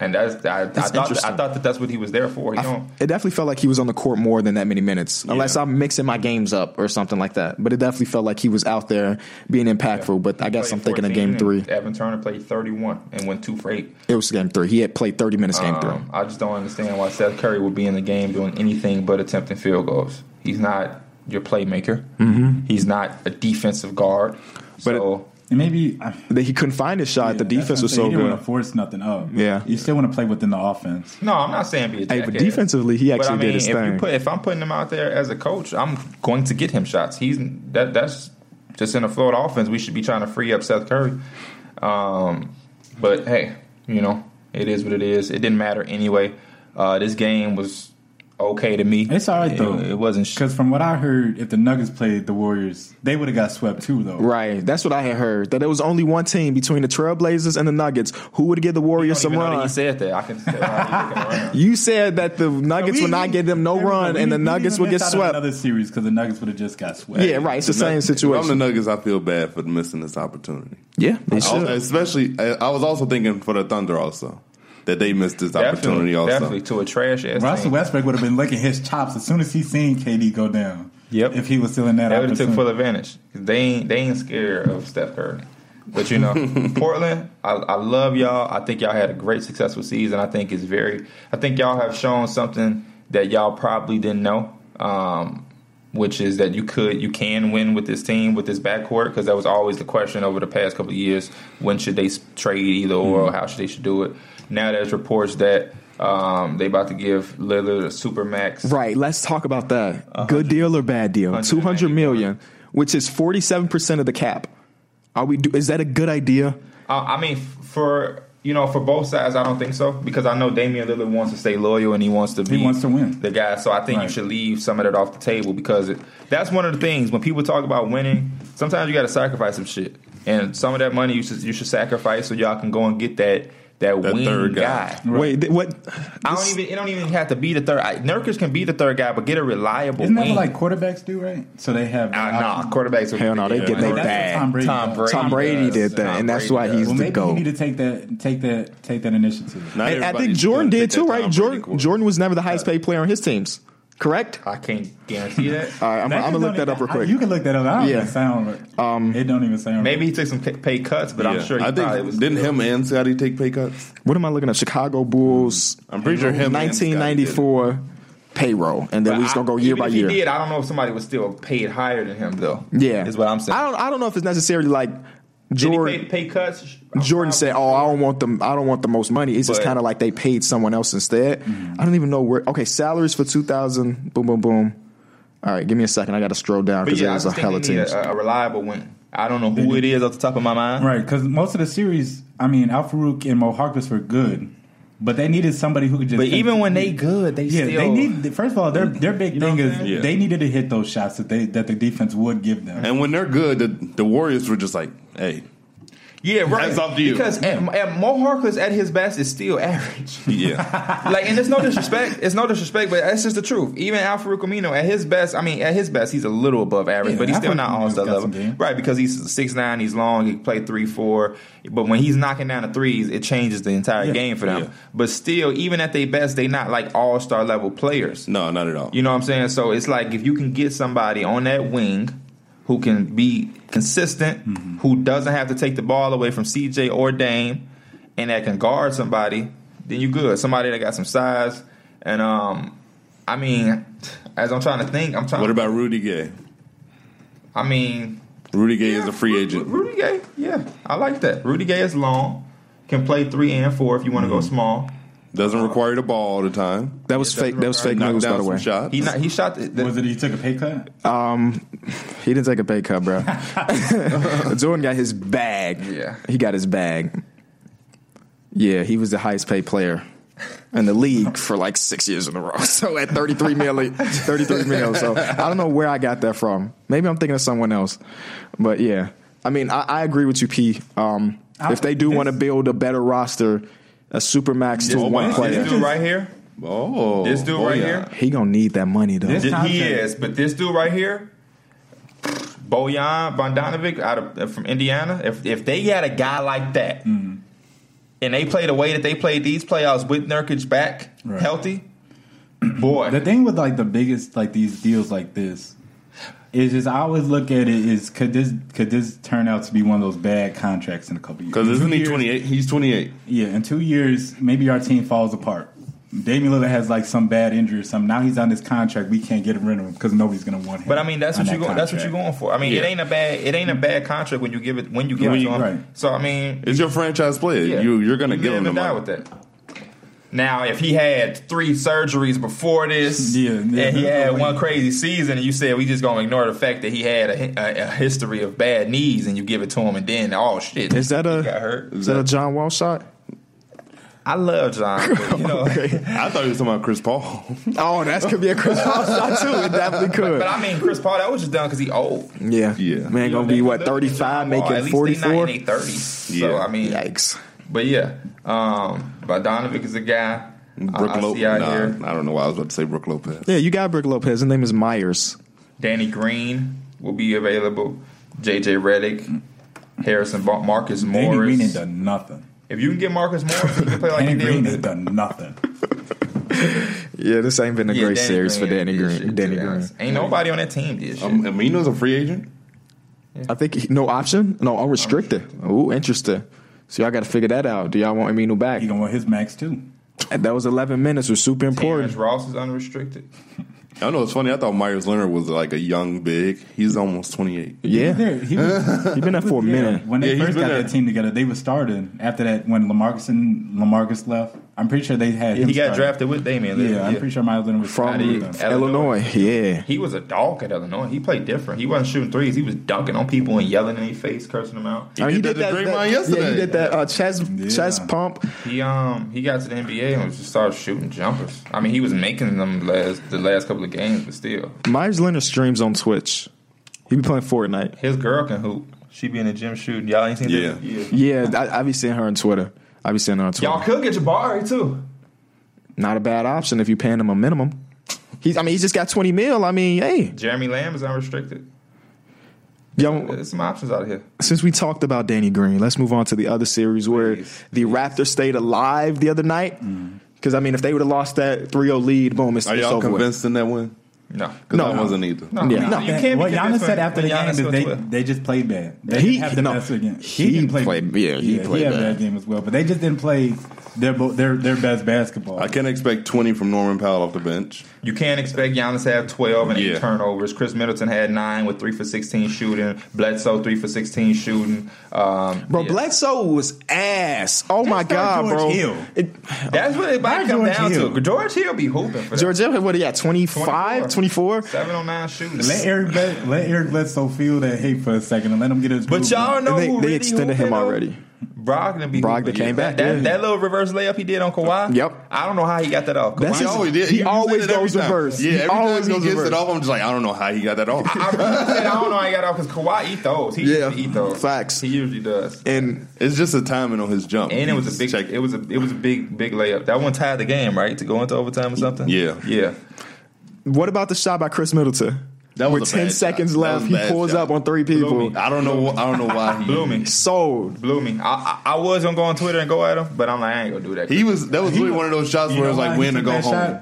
Speaker 2: And that's I, I thought
Speaker 1: interesting.
Speaker 2: I thought that that's what he was there for. He don't.
Speaker 1: it definitely felt like he was on the court more than that many minutes, unless I'm mixing my games up or something like that. But it definitely felt like he was out there being impactful. But I guess I'm
Speaker 2: played
Speaker 1: thinking of
Speaker 2: 14,
Speaker 1: game three.
Speaker 2: and Evan Turner played 31 and went two for eight.
Speaker 1: It was game three. He had played 30 minutes game three.
Speaker 2: Um, I just don't understand why Seth Curry would be in the game doing anything but attempting field goals. He's not your playmaker. Mm-hmm. He's not a defensive guard.
Speaker 1: But it-
Speaker 2: so
Speaker 3: And maybe I,
Speaker 1: That he couldn't find his shot. the defense was so
Speaker 3: You didn't
Speaker 1: good.
Speaker 3: want to force nothing up.
Speaker 1: Yeah.
Speaker 3: you still want to play within the offense.
Speaker 2: no, I'm not saying be a
Speaker 1: Hey,
Speaker 2: jackass.
Speaker 1: but defensively, he
Speaker 2: But I
Speaker 1: actually
Speaker 2: mean,
Speaker 1: did his
Speaker 2: if
Speaker 1: thing.
Speaker 2: you put if I'm putting him out there as a coach, I'm going to get him shots. He's that that's just in a Florida offense. We should be trying to free up Seth Curry. Um, but hey, you know it is what it is. It didn't matter anyway. Uh, this game was okay to me.
Speaker 3: It's all right
Speaker 2: It-
Speaker 3: though.
Speaker 2: It, wasn't. Sh-
Speaker 3: because from what I heard, if the Nuggets played the Warriors, they would have got swept too though.
Speaker 1: right. That's what I had heard. That there was only one team between the Trailblazers and the Nuggets who would give the Warriors
Speaker 2: I
Speaker 1: some
Speaker 2: don't even know that
Speaker 1: run.
Speaker 2: He said that. I can tell how he's looking around.
Speaker 1: You said that the Nuggets would not give them no
Speaker 3: There we go.
Speaker 1: run
Speaker 3: We-
Speaker 1: and the
Speaker 3: we
Speaker 1: Nuggets
Speaker 3: even
Speaker 1: would get
Speaker 3: missed out on
Speaker 1: swept.
Speaker 3: Another series because the Nuggets would have just got swept.
Speaker 1: Yeah, right. It's the same
Speaker 4: If I'm
Speaker 1: situation.
Speaker 4: the Nuggets, I feel bad for missing this opportunity.
Speaker 1: Yeah, they
Speaker 4: I was-
Speaker 1: should.
Speaker 4: especially, I, I was also thinking for the Thunder also that they missed this
Speaker 2: Definitely,
Speaker 4: opportunity also.
Speaker 2: definitely to a trash ass.
Speaker 3: Russell
Speaker 2: team.
Speaker 3: Westbrook would have been licking his chops as soon as he seen KD go down.
Speaker 2: Yep.
Speaker 3: If he was still in that
Speaker 2: They would have took
Speaker 3: opportunity.
Speaker 2: full advantage. 'Cause They ain't they ain't scared of Steph Curry. But you know, Portland, I, I love y'all. I think y'all had a great successful season. I think it's very I think y'all have shown something that y'all probably didn't know. Um which is that you could you can win with this team with this backcourt because that was always the question over the past couple of years when should they s- trade either or how should they should do it now there's reports that um, they about to give Lillard a super max
Speaker 1: Right. Let's talk about that. Good deal or bad deal? 200 million, which is 47% of the cap. Are we do is that a good idea?
Speaker 2: Uh, I mean, f- for you know, for both sides, I don't think so because I know Damian Lillard wants to stay loyal and he wants to be
Speaker 3: wants to win.
Speaker 2: the guy. So I think you
Speaker 3: Right.
Speaker 2: should leave some of that off the table because it, that's one of the things when people talk about winning. Sometimes you got to sacrifice some shit, and some of that money you should you should sacrifice so y'all can go and get that that,
Speaker 4: That
Speaker 2: win
Speaker 4: third guy.
Speaker 2: guy.
Speaker 1: Wait, th- what
Speaker 2: I don't even it don't even have to be the third. I, Nurkic can be the third guy, but get a reliable
Speaker 3: Isn't that
Speaker 2: wing.
Speaker 3: what like quarterbacks do, right? So they
Speaker 2: uh,
Speaker 3: have
Speaker 2: nah, quarterbacks. are-
Speaker 1: Hell no, they get
Speaker 3: Well,
Speaker 1: they
Speaker 3: that's what
Speaker 1: bag.
Speaker 3: Tom Brady.
Speaker 2: Tom
Speaker 3: does.
Speaker 2: Brady.
Speaker 1: Tom Brady
Speaker 2: does.
Speaker 1: did that,
Speaker 2: Tom
Speaker 1: and that's
Speaker 2: Brady
Speaker 1: why he's
Speaker 2: does.
Speaker 3: Well,
Speaker 1: the
Speaker 3: maybe
Speaker 1: goat.
Speaker 3: you need to take that, take that, take that initiative.
Speaker 1: And
Speaker 4: Not
Speaker 1: I think
Speaker 4: everybody's
Speaker 1: Jordan
Speaker 4: gonna
Speaker 1: did
Speaker 4: take that
Speaker 1: too, right?
Speaker 4: Tom
Speaker 1: Jordan
Speaker 4: Brady quote.
Speaker 1: Jordan was never the highest
Speaker 3: Uh,
Speaker 1: paid player on his teams, correct?
Speaker 2: I can't guarantee that.
Speaker 1: All right, I'm, I'm gonna
Speaker 3: just
Speaker 1: look
Speaker 3: don't
Speaker 1: that up real
Speaker 3: even- I- You
Speaker 1: quick.
Speaker 3: can look uh, that up. I don't
Speaker 1: Yeah.
Speaker 3: even sound. Um, it don't even sound.
Speaker 2: Maybe he took some pay cuts, but I'm
Speaker 4: Yeah.
Speaker 2: sure he
Speaker 4: I
Speaker 2: probably
Speaker 4: think
Speaker 2: was.
Speaker 4: didn't him and Scotty take pay cuts?
Speaker 1: What am I looking at? Chicago
Speaker 2: Mm.
Speaker 1: Bulls.
Speaker 4: I'm pretty sure him and Scotty did.
Speaker 1: 1994 payroll, and then
Speaker 2: But
Speaker 1: we just gonna
Speaker 2: I-
Speaker 1: go year
Speaker 2: even
Speaker 1: by
Speaker 2: if he
Speaker 1: year.
Speaker 2: did, I don't know if somebody was still paid higher than him, though.
Speaker 1: yeah,
Speaker 2: is what I'm saying.
Speaker 1: I don't. I don't know if it's necessarily like
Speaker 2: Did he
Speaker 1: Jordan.
Speaker 2: pay, pay cuts? I'm
Speaker 1: Jordan
Speaker 2: probably-
Speaker 1: said, "Oh, I don't want them. I don't want the most money. It's just
Speaker 2: But- Mm-hmm.
Speaker 1: kind of like they paid someone else instead. I don't even know where. Okay, salaries for 2000. Boom, boom, boom. All right, give me a second. I got to stroll down
Speaker 2: But
Speaker 1: because
Speaker 2: yeah, uh, I
Speaker 1: there's
Speaker 2: just
Speaker 1: a
Speaker 2: think
Speaker 1: hella
Speaker 2: he need
Speaker 1: teams.
Speaker 2: a, a reliable win. I don't know who it is off the top of my mind.
Speaker 3: Right, because most of the series, I mean, Al Farouk and Mo Harkless were good, but they needed somebody who could just.
Speaker 2: But even when they good, they
Speaker 3: yeah,
Speaker 2: still
Speaker 3: they need. First of all, their their big
Speaker 2: know
Speaker 3: thing
Speaker 2: what I'm
Speaker 3: is
Speaker 2: saying?
Speaker 4: Yeah.
Speaker 3: they needed to hit those shots that they that the defense would give them.
Speaker 4: And when they're good, the, the Warriors were just like, hey,
Speaker 2: Yeah, right.
Speaker 4: That's up to you.
Speaker 2: Because at, at Mo Harkless at his best is still average.
Speaker 4: yeah,
Speaker 2: like, and it's no disrespect. It's no disrespect, but that's just the truth. Even Alfredo Camino, at his best, I mean, at his best, he's a little above average,
Speaker 3: Yeah,
Speaker 2: but he's still
Speaker 3: Alfredo
Speaker 2: not all
Speaker 3: Camino's
Speaker 2: star
Speaker 3: got
Speaker 2: level,
Speaker 3: some game.
Speaker 2: right? Because he's six nine, he's long, he can play three four, but when he's knocking down the threes, it changes the entire
Speaker 3: Yeah.
Speaker 2: game for them.
Speaker 4: Yeah.
Speaker 2: But still, even at their best, they not like all star level players.
Speaker 4: no, not at all.
Speaker 2: You know what I'm saying? So it's like if you can get somebody on that wing who can be consistent,
Speaker 4: Mm-hmm.
Speaker 2: who doesn't have to take the ball away from CJ or Dame, and that can guard somebody, then you good. Somebody that got some size. And um, I mean, as I'm trying to think, I'm trying.
Speaker 4: what about Rudy Gay?
Speaker 2: I mean,
Speaker 4: Rudy Gay is a free agent.
Speaker 2: Rudy Gay. Yeah, I like that. Rudy Gay is long, can play three and four if you want to go
Speaker 4: Mm-hmm.
Speaker 2: small.
Speaker 4: Doesn't require the ball all the time.
Speaker 1: That was fake. That was fake
Speaker 4: Knock
Speaker 1: news, by
Speaker 4: down
Speaker 1: the
Speaker 4: some
Speaker 1: way.
Speaker 4: shots.
Speaker 2: He not, he shot. The, the-
Speaker 3: Was it he took a pay cut?
Speaker 1: Um, He didn't take a pay cut, bro. Jordan got his bag.
Speaker 2: Yeah.
Speaker 1: he got his bag. Yeah, he was the highest paid player. in the league for like six years in a row. So at 33 million, 33 mil. So I don't know where I got that from. Maybe I'm thinking of someone else. But yeah, I mean, I, I agree with you, P. Um,
Speaker 3: I-
Speaker 1: if they do want to build a better roster, a supermax to
Speaker 2: This,
Speaker 1: one
Speaker 2: this
Speaker 1: player,
Speaker 2: dude right here,
Speaker 4: Oh,
Speaker 2: this dude
Speaker 4: oh,
Speaker 2: right
Speaker 4: yeah.
Speaker 2: here,
Speaker 1: he gonna need that money though.
Speaker 3: This-
Speaker 2: Th- he
Speaker 3: Contact.
Speaker 2: is, but this dude right here, Bojan Bondanovic out of from Indiana. If if they had a guy like that,
Speaker 3: Mm-hmm.
Speaker 2: and they played the way that they played these playoffs with Nurkic back
Speaker 3: Right.
Speaker 2: healthy, boy,
Speaker 3: The thing with like the biggest like these deals like this is just I always look at it is could this could this turn out to be one of those bad contracts in a couple years?
Speaker 4: Because
Speaker 3: In
Speaker 4: isn't
Speaker 3: two
Speaker 4: he
Speaker 3: years-
Speaker 4: 28? He's 28.
Speaker 3: Yeah, in two years maybe our team falls apart. Damian Lillard has like some bad injury or something. Now he's on this contract. We can't get rid of him because nobody's gonna want him.
Speaker 2: But I mean, that's
Speaker 3: on
Speaker 2: what you
Speaker 3: that
Speaker 2: go, that's what you're
Speaker 3: contract.
Speaker 2: going for. I mean, it
Speaker 4: Yeah.
Speaker 2: ain't a bad it ain't a bad contract when you give it when you give
Speaker 3: Right,
Speaker 2: it to him.
Speaker 3: right.
Speaker 2: So I mean,
Speaker 4: It's your franchise player.
Speaker 2: yeah.
Speaker 4: You you're gonna
Speaker 2: You
Speaker 4: give
Speaker 2: live
Speaker 4: him the
Speaker 2: and die
Speaker 4: money.
Speaker 2: with that. Now, if he had three surgeries before this,
Speaker 3: Yeah, yeah.
Speaker 2: and he had one crazy season, and you said we just gonna ignore the fact that he had a, hi- a, a history of bad knees, and you give it to him, and then oh shit,
Speaker 1: Is that
Speaker 2: he got hurt?
Speaker 1: a is that a John Wall shot?
Speaker 2: I love John, but, you know,
Speaker 4: I thought he was talking about Chris Paul.
Speaker 1: Oh, that could be a Chris Paul shot too. It definitely could.
Speaker 2: but I mean, Chris Paul, that was just done because he old.
Speaker 1: Yeah,
Speaker 4: Yeah.
Speaker 1: Man, gonna be what thirty five,
Speaker 2: At
Speaker 1: making
Speaker 2: least
Speaker 1: forty
Speaker 2: They not
Speaker 1: four.
Speaker 2: in their 30s. So
Speaker 4: Yeah.
Speaker 2: I mean,
Speaker 1: Yikes.
Speaker 2: But yeah, um, Bogdanovic is a guy I-
Speaker 4: Brook
Speaker 2: I,
Speaker 4: Lopez.
Speaker 2: see out here.
Speaker 4: Nah, I don't know why I was about to say Brook Lopez.
Speaker 1: Yeah, you got Brick Lopez. His name is Myers.
Speaker 2: Danny Green will be available. J.J. Redick, Harrison Bar- Marcus
Speaker 3: Danny Green ain't
Speaker 2: Morris.
Speaker 3: done nothing.
Speaker 2: If you can get Marcus Morris, you can play like
Speaker 3: Danny
Speaker 2: he
Speaker 3: Green
Speaker 2: did.
Speaker 3: ain't done nothing.
Speaker 1: Yeah, this ain't been a
Speaker 2: Yeah,
Speaker 1: great
Speaker 2: Danny
Speaker 1: series for
Speaker 2: Green
Speaker 1: Danny
Speaker 2: did
Speaker 1: Green.
Speaker 2: shit, to
Speaker 1: Danny
Speaker 2: be
Speaker 1: Green.
Speaker 2: honest. Ain't nobody on that team did shit.
Speaker 4: Um, Amino's a free agent.
Speaker 1: I think he, no option, no unrestricted. Ooh, interesting. So y'all got to figure that out. Do y'all want Aminu back?
Speaker 3: He gonna want his max too.
Speaker 1: That was 11 minutes. Was super
Speaker 2: Terrence
Speaker 1: important.
Speaker 2: Ross is unrestricted.
Speaker 4: I know it's funny. I thought Myers Leonard was like a young big. He's almost 28.
Speaker 1: Yeah,
Speaker 3: There, he was,
Speaker 1: he been there for a minute.
Speaker 3: When
Speaker 4: Yeah,
Speaker 3: they
Speaker 4: he's
Speaker 3: first
Speaker 4: been
Speaker 3: got
Speaker 4: there.
Speaker 3: that team together, they were starting. After that, when Lamarcus and Lamarcus left, I'm pretty sure they had him.
Speaker 2: He got
Speaker 3: starting.
Speaker 2: drafted with Damian.
Speaker 3: Yeah,
Speaker 2: Lillard.
Speaker 3: I'm pretty sure Miles Leonard was
Speaker 1: From
Speaker 3: starting with
Speaker 2: Illinois.
Speaker 3: them.
Speaker 1: Illinois. Yeah,
Speaker 2: He was a dog at Illinois. He played different. He wasn't shooting threes. He was dunking on people and yelling in their face, cursing them out.
Speaker 4: He did that to Draymond yesterday.
Speaker 1: Yeah, he did that uh, chest chest pump.
Speaker 2: He um he got to the NBA and just started shooting jumpers. I mean, he was making them last the last couple of games, but still,
Speaker 1: Myers Leonard streams on Twitch. He be playing Fortnite.
Speaker 2: his girl can hoop. She be in the gym shooting. Y'all ain't seen
Speaker 4: Yeah.
Speaker 2: that? Yeah.
Speaker 1: Yeah, I, I be seeing her on Twitter. I be seeing her on Twitter.
Speaker 2: Y'all could get Jabari too.
Speaker 1: Not a bad option if you paying him a minimum. He's, I mean, he just got 20 mil. I mean, hey,
Speaker 2: Jeremy Lamb is unrestricted.
Speaker 1: yo,
Speaker 2: There's some options out here.
Speaker 1: since we talked about Danny Green, let's move on to the other series where the Raptors stayed alive the other night. Because, I mean, if they would have lost that 3 0 lead, boom, it's,
Speaker 4: Are
Speaker 1: it's
Speaker 4: y'all
Speaker 1: over with.
Speaker 4: convinced in that win?
Speaker 2: No,
Speaker 4: Because
Speaker 1: No.
Speaker 4: I wasn't either.
Speaker 2: no,
Speaker 1: Yeah.
Speaker 2: no,
Speaker 1: No.
Speaker 2: you can't.
Speaker 3: What
Speaker 2: be
Speaker 3: Giannis
Speaker 2: convinced
Speaker 3: said
Speaker 2: when-
Speaker 3: after the
Speaker 2: when
Speaker 3: game
Speaker 2: Giannis
Speaker 3: is
Speaker 2: goes
Speaker 3: they,
Speaker 2: to it.
Speaker 3: they just played bad. They
Speaker 1: He-
Speaker 3: didn't have the
Speaker 1: no,
Speaker 3: best again.
Speaker 1: he played- yeah, he played
Speaker 3: had
Speaker 1: bad.
Speaker 3: bad game as well, but they just didn't play their bo- their their best basketball.
Speaker 4: I can't expect 20 from Norman Powell off the bench.
Speaker 2: You can't expect Giannis to have 12 and 8
Speaker 4: Yeah.
Speaker 2: turnovers. Chris Middleton had 9 with 3 for 16 shooting. Bledsoe 3 for 16 shooting. Um,
Speaker 1: Bro,
Speaker 2: yeah.
Speaker 1: Bledsoe was ass. Oh my
Speaker 3: not
Speaker 1: God,
Speaker 3: George
Speaker 1: bro.
Speaker 3: Hill.
Speaker 1: It,
Speaker 2: That's what it might
Speaker 3: Not
Speaker 2: come
Speaker 3: George
Speaker 2: down
Speaker 3: Hill.
Speaker 2: to. George Hill be hooping for that.
Speaker 1: George Hill, what, yeah, 25, 24?
Speaker 2: 709 shooting.
Speaker 3: Let Eric Bledsoe, let Eric Bledsoe feel that hate for a second and let him get his.
Speaker 2: But
Speaker 3: groove
Speaker 2: y'all
Speaker 3: on.
Speaker 2: know
Speaker 1: They-
Speaker 2: who
Speaker 1: they
Speaker 2: really
Speaker 1: extended him
Speaker 2: hooping, though?
Speaker 1: already.
Speaker 2: Brogdon be
Speaker 1: Brogdon
Speaker 2: hooping.
Speaker 1: came back,
Speaker 2: That- That,
Speaker 1: yeah.
Speaker 2: that little reverse layup he did on Kawhi.
Speaker 1: Yep.
Speaker 2: I don't know how he got that off.
Speaker 1: That's
Speaker 2: Kawhi-
Speaker 1: his- he
Speaker 4: you say
Speaker 1: always
Speaker 4: that every
Speaker 1: goes
Speaker 4: time.
Speaker 1: reverse.
Speaker 4: Yeah,
Speaker 1: He
Speaker 4: every
Speaker 1: always
Speaker 4: time he
Speaker 1: goes
Speaker 4: gets
Speaker 1: reverse.
Speaker 4: it off, I'm just like, I don't know how he got that off.
Speaker 2: I, really said I don't know how he got off because Kawhi eat those. He
Speaker 1: Yeah,
Speaker 2: usually eat those.
Speaker 1: facts.
Speaker 2: He usually does.
Speaker 1: And
Speaker 4: it's just the timing on his jump.
Speaker 2: And it
Speaker 4: He
Speaker 2: was a
Speaker 4: just
Speaker 2: big.
Speaker 4: checked-
Speaker 2: It was a. It was a big, big layup. That one tied the game, right? To go into overtime or something.
Speaker 4: Yeah.
Speaker 2: Yeah.
Speaker 1: what about the shot by Chris Middleton?
Speaker 4: That
Speaker 1: With
Speaker 4: was a
Speaker 1: 10
Speaker 4: bad
Speaker 1: seconds
Speaker 4: shot. That
Speaker 1: left,
Speaker 4: was a
Speaker 1: he
Speaker 4: bad
Speaker 1: pulls
Speaker 4: shot.
Speaker 1: up on three people.
Speaker 2: Blew
Speaker 4: I don't know. wh- I don't know why he.
Speaker 2: Blew me.
Speaker 1: Sold.
Speaker 2: Blew me. I, I I was gonna go on Twitter and go at him, but I'm like I ain't gonna do that.
Speaker 4: He was. That was
Speaker 3: He
Speaker 4: really
Speaker 3: was-
Speaker 4: one of those shots
Speaker 3: You
Speaker 4: where it
Speaker 3: know
Speaker 4: was
Speaker 3: why
Speaker 4: like
Speaker 3: he
Speaker 4: win or
Speaker 3: took
Speaker 4: go
Speaker 3: that
Speaker 4: home.
Speaker 3: shot?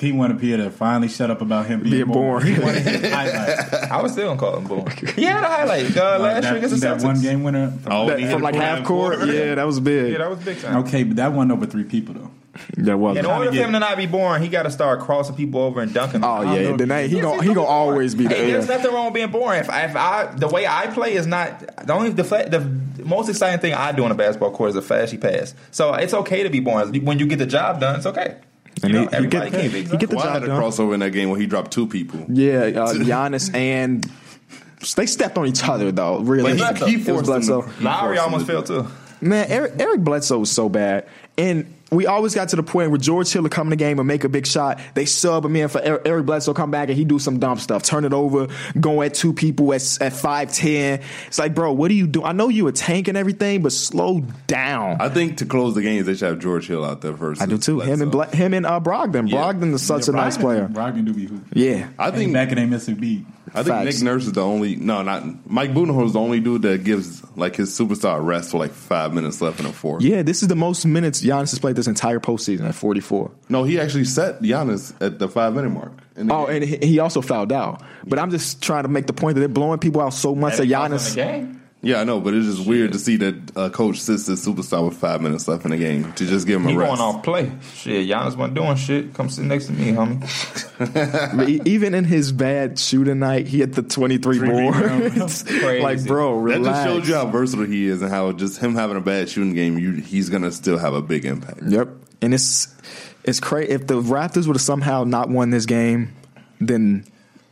Speaker 3: He wanted Pierre to finally shut up about him being,
Speaker 1: Being born.
Speaker 3: He wanted his highlights.
Speaker 2: I was still gonna call him bull. He had a highlight uh, last
Speaker 3: that,
Speaker 2: year against the
Speaker 3: that
Speaker 2: Celtics.
Speaker 3: one game winner.
Speaker 4: Oh,
Speaker 1: That-
Speaker 4: he hit
Speaker 1: from
Speaker 4: a
Speaker 1: like
Speaker 4: corner
Speaker 1: half
Speaker 4: quarter.
Speaker 1: court. Yeah, that was big.
Speaker 2: Yeah, that was big time.
Speaker 3: Okay, but that won over three people though.
Speaker 1: that was.
Speaker 2: In
Speaker 3: trying
Speaker 2: order
Speaker 3: to
Speaker 2: for him
Speaker 3: get-
Speaker 2: to not be boring, he got to start crossing people over and dunking.
Speaker 1: Oh
Speaker 2: them.
Speaker 3: don't
Speaker 1: yeah,
Speaker 3: know.
Speaker 1: then they- he
Speaker 2: Yes,
Speaker 1: gon'
Speaker 2: he's
Speaker 1: he gonna
Speaker 2: boring.
Speaker 1: always be
Speaker 2: Hey,
Speaker 1: there.
Speaker 2: There's nothing wrong with being boring. If I, if I the way I play is not the only the, fla- the most exciting thing I do on a basketball court is a flashy pass. So it's okay to be boring when you get the job done. It's okay. You
Speaker 1: And
Speaker 2: know,
Speaker 1: he- he
Speaker 2: everybody
Speaker 1: get-
Speaker 2: can't be
Speaker 1: he
Speaker 2: exact.
Speaker 1: get the
Speaker 4: Kawhi
Speaker 1: job
Speaker 4: had a
Speaker 1: done.
Speaker 4: crossover in that game where he dropped two people.
Speaker 1: Yeah, uh, Giannis and they stepped on each other though. Really,
Speaker 4: But he, he
Speaker 1: It was
Speaker 4: forced him.
Speaker 1: Bledsoe.
Speaker 4: to- he
Speaker 2: Lowry
Speaker 4: forced him
Speaker 2: almost
Speaker 4: to-
Speaker 2: fell too.
Speaker 1: Man, Eric, Eric Bledsoe was so bad, and we always got to the point where George Hill would come in the game and make a big shot. They sub him in for Er- Eric Bledsoe, come back and he do some dumb stuff, turn it over, go at two people at at five ten. It's like, bro, what do you do? I know you a tank and everything, but slow down.
Speaker 4: I think to close the games, they should have George Hill out there first.
Speaker 1: I do too. Him and Bla- him and uh, Brogdon.
Speaker 4: Yeah.
Speaker 1: Brogdon is such a nice player.
Speaker 3: Brogdon do be hoop.
Speaker 1: Yeah,
Speaker 3: I
Speaker 4: I
Speaker 3: think
Speaker 4: think
Speaker 3: back and they miss a beat.
Speaker 4: I think
Speaker 1: Facts.
Speaker 4: Nick Nurse is the only no, not Mike Budenholzer is the only dude that gives like his superstar rest for like five minutes left in a fourth.
Speaker 1: yeah. This is the most minutes Giannis has played this entire postseason at forty four.
Speaker 4: No, he actually set Giannis at the five minute mark. in the
Speaker 1: Oh,
Speaker 4: game.
Speaker 1: and he he also fouled out. But I'm just trying to make the point that they're blowing people out so much that
Speaker 2: That
Speaker 1: Giannis.
Speaker 2: counts in the game?
Speaker 4: yeah, I know, but it's just weird to see that uh, coach sits his superstar with five minutes left in the game to just give him a
Speaker 2: He
Speaker 4: rest.
Speaker 2: going off play. Shit, Giannis wasn't doing shit. Come sit next to me, homie.
Speaker 1: But e- even in his bad shooting night, he had the 23 boards.
Speaker 3: rebounds.
Speaker 1: like,
Speaker 2: Crazy.
Speaker 1: bro,
Speaker 4: that
Speaker 1: relax.
Speaker 4: just shows you how versatile he is and how just him having a bad shooting game, you, he's gonna still have a big impact.
Speaker 1: Yep. And it's it's crazy. If the Raptors would have somehow not won this game, then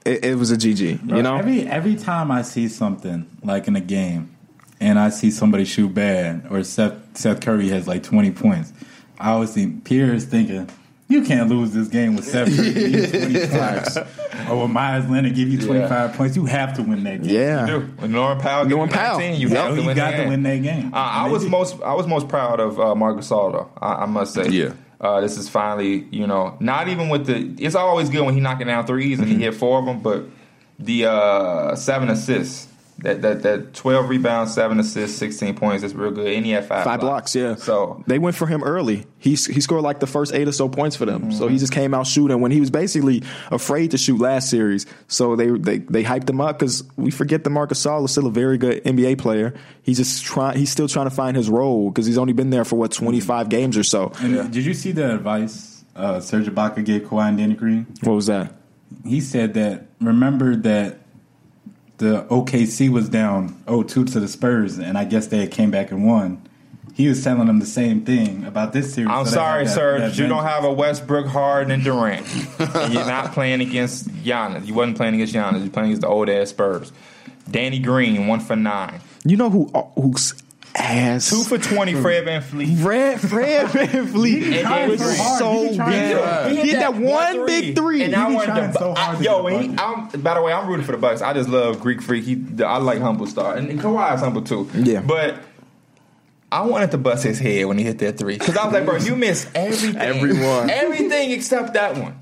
Speaker 1: it, it was a GG. You know,
Speaker 3: every every time I see something like in a game, and I see somebody shoot bad, or Seth Seth Curry has like twenty points, I always think Pierce thinking. You can't lose this game with Seth Curry giving you 20 points. Or with Myers Leonard give you 25 points. You have to win that game.
Speaker 1: yeah.
Speaker 2: Dude, when Norman Powell,
Speaker 1: Norman
Speaker 2: Norman
Speaker 1: Powell.
Speaker 2: Powell, 19, you
Speaker 1: Yeah.
Speaker 2: have to
Speaker 3: You
Speaker 2: win
Speaker 3: got
Speaker 2: that
Speaker 3: to
Speaker 2: game.
Speaker 3: win that game.
Speaker 2: Uh, I
Speaker 3: And
Speaker 2: was
Speaker 3: they did.
Speaker 2: most I was most proud of uh, Marcus Gasol though. I, I must say,
Speaker 4: Yeah.
Speaker 2: Uh, this is finally you know not even with the. It's always good when he knocking down threes and
Speaker 3: Mm-hmm.
Speaker 2: he hit four of them, but the uh, seven assists. That, that that twelve rebounds, seven assists, sixteen points. That's real good. And he had five,
Speaker 1: Five blocks, yeah.
Speaker 2: So
Speaker 1: they went for him early. He s- he scored like the first eight or so points for them. So he just came out shooting when he was basically afraid to shoot last series. So they they, they hyped him up because we forget that Marcus Gasol is still a very good NBA player. He's just trying. He's still trying to find his role because he's only been there for what twenty five games or so.
Speaker 3: And Did you see the advice uh, Serge Ibaka gave Kawhi and Danny Green?
Speaker 1: What was that?
Speaker 3: He said that remember that the OKC was down 0-2 to the Spurs, and I guess they had came back and won. He was telling them the same thing about this series.
Speaker 2: I'm
Speaker 3: so they
Speaker 2: sorry,
Speaker 3: had that-
Speaker 2: sir,
Speaker 3: that
Speaker 2: but you don't
Speaker 3: vengeance.
Speaker 2: have a Westbrook, Harden, and Durant. And you're not playing against Giannis. You wasn't playing against Giannis. You're playing against the old ass Spurs. Danny Green, one for nine.
Speaker 1: You know who uh, who's ass
Speaker 2: Two for 20, Fred Van Fleet.
Speaker 1: Fred Fred VanVleet
Speaker 2: tried
Speaker 1: was
Speaker 2: so hard.
Speaker 1: so
Speaker 3: He
Speaker 1: good.
Speaker 3: be trying so hard.
Speaker 1: He had that one big three.
Speaker 2: And I
Speaker 3: be
Speaker 2: wanted
Speaker 3: trying
Speaker 2: to,
Speaker 3: so hard
Speaker 2: I,
Speaker 3: to
Speaker 2: yo,
Speaker 3: get a
Speaker 2: and he,
Speaker 3: bucket.
Speaker 2: I'm, by the way, I'm rooting for the Bucks. I just love Greek Freak. He, I like Humble Star. And, and Kawhi is humble too.
Speaker 1: Yeah.
Speaker 2: But I wanted to bust his head when he hit that three. Because I was like, bro, you missed everything.
Speaker 1: Everyone.
Speaker 2: Everything except that one.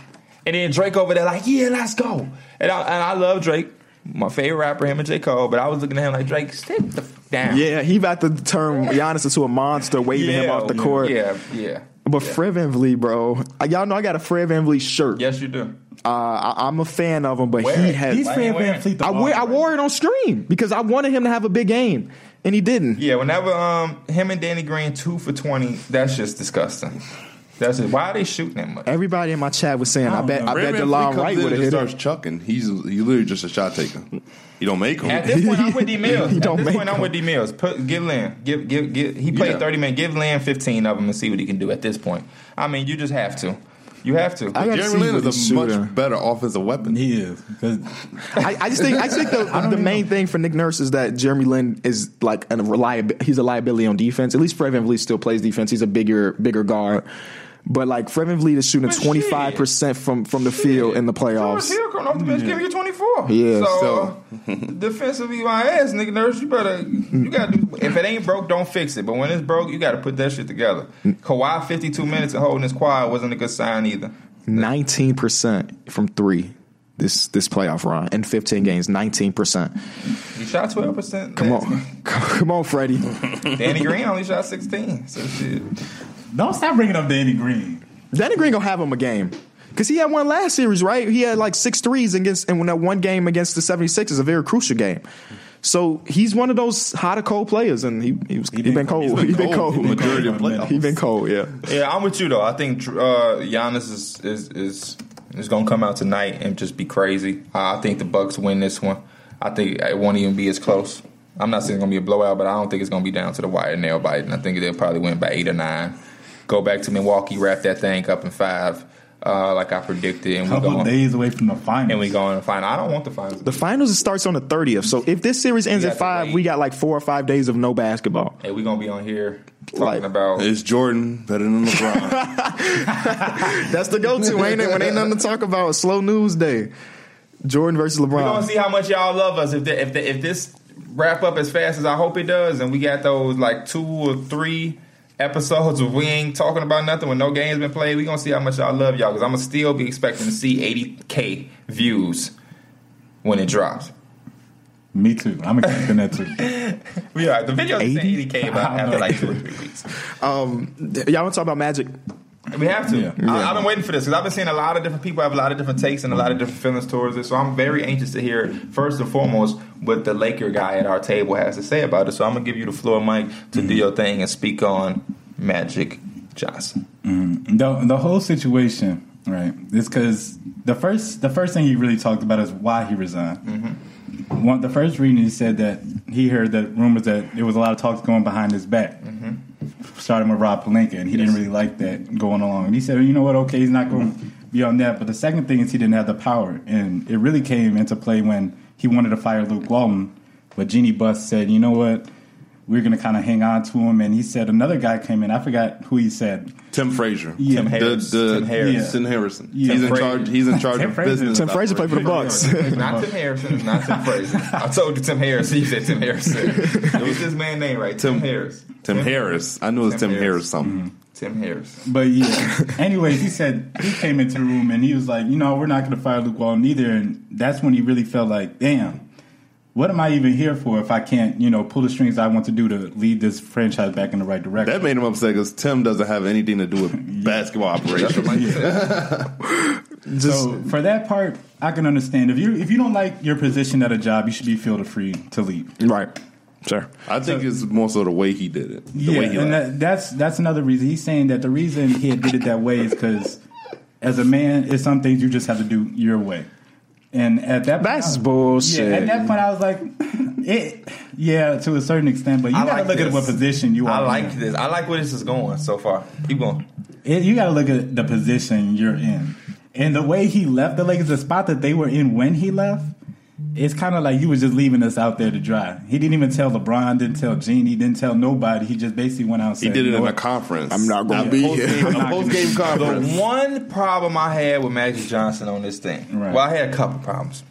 Speaker 2: And then Drake over there, like, yeah, let's go. And I, and I love Drake, my favorite rapper, him and J. Cole. But I was looking at him like, Drake, stay the f- down.
Speaker 1: Yeah, he about to turn Giannis into a monster, waving him off the court.
Speaker 2: Yeah, yeah.
Speaker 1: But Fred VanVleet, bro, I- y'all know I got a Fred VanVleet shirt.
Speaker 2: Yes, you do.
Speaker 1: Uh, I, I'm a fan of him, but
Speaker 2: Wear
Speaker 1: he
Speaker 2: it.
Speaker 1: has.
Speaker 3: He's
Speaker 2: Why
Speaker 3: Fred
Speaker 2: you wearing-
Speaker 3: VanVleet. the
Speaker 1: I, wear, I
Speaker 3: ball.
Speaker 1: wore it on stream because I wanted him to have a big game, and he didn't.
Speaker 2: Yeah, whenever um him and Danny Green two for twenty, that's just disgusting. That's just why are they shooting that much?
Speaker 1: Everybody in my chat was saying, "I
Speaker 3: don't
Speaker 1: bet,
Speaker 3: know.
Speaker 1: I bet
Speaker 4: Redman, if he
Speaker 1: DeLon
Speaker 4: comes
Speaker 1: Wright
Speaker 4: in
Speaker 1: would have
Speaker 4: and
Speaker 1: hit
Speaker 4: starts
Speaker 1: it."
Speaker 4: chucking. He's he's literally just a shot taker. You don't make him.
Speaker 2: At this point, I'm with
Speaker 1: He
Speaker 2: D Mills. At
Speaker 1: don't
Speaker 2: this
Speaker 1: make
Speaker 2: point, I'm
Speaker 1: them.
Speaker 2: with D Mills. Put give Lynn, give give give. He played
Speaker 4: Yeah.
Speaker 2: thirty minutes. Give Lynn fifteen of them and see what he can do. At this point, I mean, you just have to. You have to.
Speaker 1: I got to see
Speaker 4: Jeremy Lin
Speaker 1: what
Speaker 4: is
Speaker 1: he's
Speaker 4: a
Speaker 1: shooting.
Speaker 4: much better offensive weapon.
Speaker 3: He is. 'cause
Speaker 1: I, I just think I just think the, the main thing for Nick Nurse is that Jeremy Lin is like a reliability. He's a liability on defense. At least Fred VanVleet still plays defense. He's a bigger bigger guard. But like Fred VanVleet is shooting
Speaker 2: But shit.
Speaker 1: twenty five percent from from the field in the playoffs.
Speaker 2: George Hill coming off the bench, giving you twenty four.
Speaker 1: Yeah,
Speaker 2: so, uh, defensively, my ass, nigga, nurse, you better, you gotta do. If it ain't broke, don't fix it. But when it's broke, you gotta put that shit together.
Speaker 1: Mm.
Speaker 2: Kawhi, fifty two minutes and holding his quad wasn't a good sign either.
Speaker 1: Nineteen percent from three this this playoff run in fifteen games. Nineteen percent.
Speaker 2: He shot twelve percent.
Speaker 1: Come on, come on, Freddie.
Speaker 2: Danny Green only shot sixteen. So shit.
Speaker 3: don't stop bringing up Danny Green.
Speaker 1: Danny Green gonna have him a game. Cause he had one last series, right? He had like six threes against and when that one game against the 76 is a very crucial game. So he's one of those hot or cold players and he he was he been,
Speaker 3: been
Speaker 1: cold.
Speaker 4: He's
Speaker 1: He been
Speaker 4: cold
Speaker 1: cold.
Speaker 4: the majority of
Speaker 3: He's been
Speaker 4: playoffs.
Speaker 3: cold.
Speaker 1: He been cold, yeah.
Speaker 2: Yeah, I'm with you though. I think uh, Giannis is is is is gonna come out tonight and just be crazy. I I think the Bucks win this one. I think it won't even be as close. I'm not saying it's gonna be a blowout, but I don't think it's gonna be down to the wire and nail biting. I think they'll probably win by eight or nine. Go back to Milwaukee, wrap that thing up in five, uh, like I predicted, and we
Speaker 3: couple
Speaker 2: go on,
Speaker 3: days away from the finals.
Speaker 2: and we go on the final. I don't want the finals.
Speaker 1: The finals starts on the 30th. So if this series ends
Speaker 2: We
Speaker 1: at
Speaker 2: got to
Speaker 1: five,
Speaker 2: wait.
Speaker 1: we got like four or five days of no basketball.
Speaker 2: Hey, we gonna be on here
Speaker 1: Like
Speaker 2: Talking about
Speaker 4: Is Jordan better than LeBron?
Speaker 1: that's the go-to, ain't it? When ain't nothing to talk about, slow news day. Jordan versus
Speaker 2: We're gonna
Speaker 1: LeBron.
Speaker 2: see how much y'all love us if the, if the, if this wrap up as fast as I hope it does, and we got those like two or three episodes of we ain't talking about nothing when no games been played. We gonna see how much y'all love y'all because I'm gonna still be expecting to see 80k views when it drops.
Speaker 3: Me too. I'm expecting that too.
Speaker 2: We are the video
Speaker 1: 80?
Speaker 2: 80k about after like two or three weeks.
Speaker 1: Um, y'all want to talk about Magic?
Speaker 2: We have to.
Speaker 3: Yeah.
Speaker 2: I, I've been waiting for this because I've been seeing a lot of different people have a lot of different takes and a lot of different feelings towards it. So I'm very anxious to hear first and foremost what the Laker guy at our table has to say about it. So I'm gonna give you the floor, Mike, to do your thing and speak on Magic Johnson.
Speaker 3: the the whole situation, right? Is because the first the first thing he really talked about is why he resigned. One, the first reading he said that he heard that rumors that there was a lot of talks going behind his back, starting with Rob Palenka, and he didn't really like that going along. And he said, you know what? Okay, he's not going to be on that. But the second thing is he didn't have the power, and it really came into play when he wanted to fire Luke Walton, but Jeannie Buss said, you know what? We're going to kind of hang on to him. And he said another guy came in. I forgot who he said.
Speaker 4: Tim Frazier.
Speaker 3: Yeah. Tim
Speaker 2: Harris.
Speaker 4: The, the,
Speaker 2: Tim Harris.
Speaker 4: Tim Harrison.
Speaker 3: Yeah.
Speaker 4: He's
Speaker 3: Tim
Speaker 4: in
Speaker 2: Frazier.
Speaker 4: charge. He's in charge
Speaker 3: Tim
Speaker 4: of
Speaker 3: Frazier.
Speaker 4: business.
Speaker 1: Tim Frazier played for the Bucks.
Speaker 2: It's not Tim Harrison. It's not Tim Frazier. I told you Tim Harrison. You said Tim Harrison. It was this man's name, right? Tim,
Speaker 4: Tim-
Speaker 2: Harris.
Speaker 4: Tim Harris. I knew it was
Speaker 2: Tim
Speaker 4: Tim,
Speaker 2: Harris.
Speaker 4: Harris something.
Speaker 2: Tim Harris.
Speaker 3: But yeah. Anyways, he said he came into the room and he was like, you know, we're not going to fire Luke Walton either. And that's when he really felt like, damn, what am I even here for if I can't, you know, pull the strings I want to do to lead this franchise back in the right direction?
Speaker 4: That made him upset because Tim doesn't have anything to do with basketball operations.
Speaker 2: Mike said.
Speaker 1: Just
Speaker 3: so for that part, I can understand if you if you don't like your position at a job, you should be feel free to leave.
Speaker 1: right, sure.
Speaker 4: I think it's more so the way he did it. The
Speaker 3: yeah,
Speaker 4: way he
Speaker 3: and
Speaker 4: left.
Speaker 3: that, that's that's another reason. He's saying that the reason he had did it that way is because, as a man, it's some things you just have to do your way. And at that point, I
Speaker 1: That's
Speaker 3: was-
Speaker 1: bullshit.
Speaker 3: Yeah, at that point, I was like, it. Yeah, to a certain extent, but you
Speaker 2: I
Speaker 3: got to
Speaker 2: like
Speaker 3: look
Speaker 2: this.
Speaker 3: at what position you
Speaker 2: I
Speaker 3: are.
Speaker 2: like
Speaker 3: in.
Speaker 2: this. I like where this is going so far. Keep going.
Speaker 3: It, you got to look at the position you're in, and the way he left the Lakers, the spot that they were in when he left. It's kind of like you was just leaving us out there to dry. He didn't even tell LeBron, didn't tell Genie, didn't tell nobody. He just basically went out. And
Speaker 4: he
Speaker 3: said,
Speaker 4: did
Speaker 3: "You
Speaker 4: it
Speaker 3: know
Speaker 4: in a
Speaker 3: what?
Speaker 4: conference.
Speaker 1: I'm not gonna
Speaker 4: A
Speaker 1: be
Speaker 4: post-game-
Speaker 1: here.
Speaker 3: I'm
Speaker 4: A
Speaker 3: not
Speaker 4: post game
Speaker 2: The
Speaker 4: conference.
Speaker 2: one problem I had with Magic Johnson on this thing,
Speaker 3: Right.
Speaker 2: well, I had a couple problems.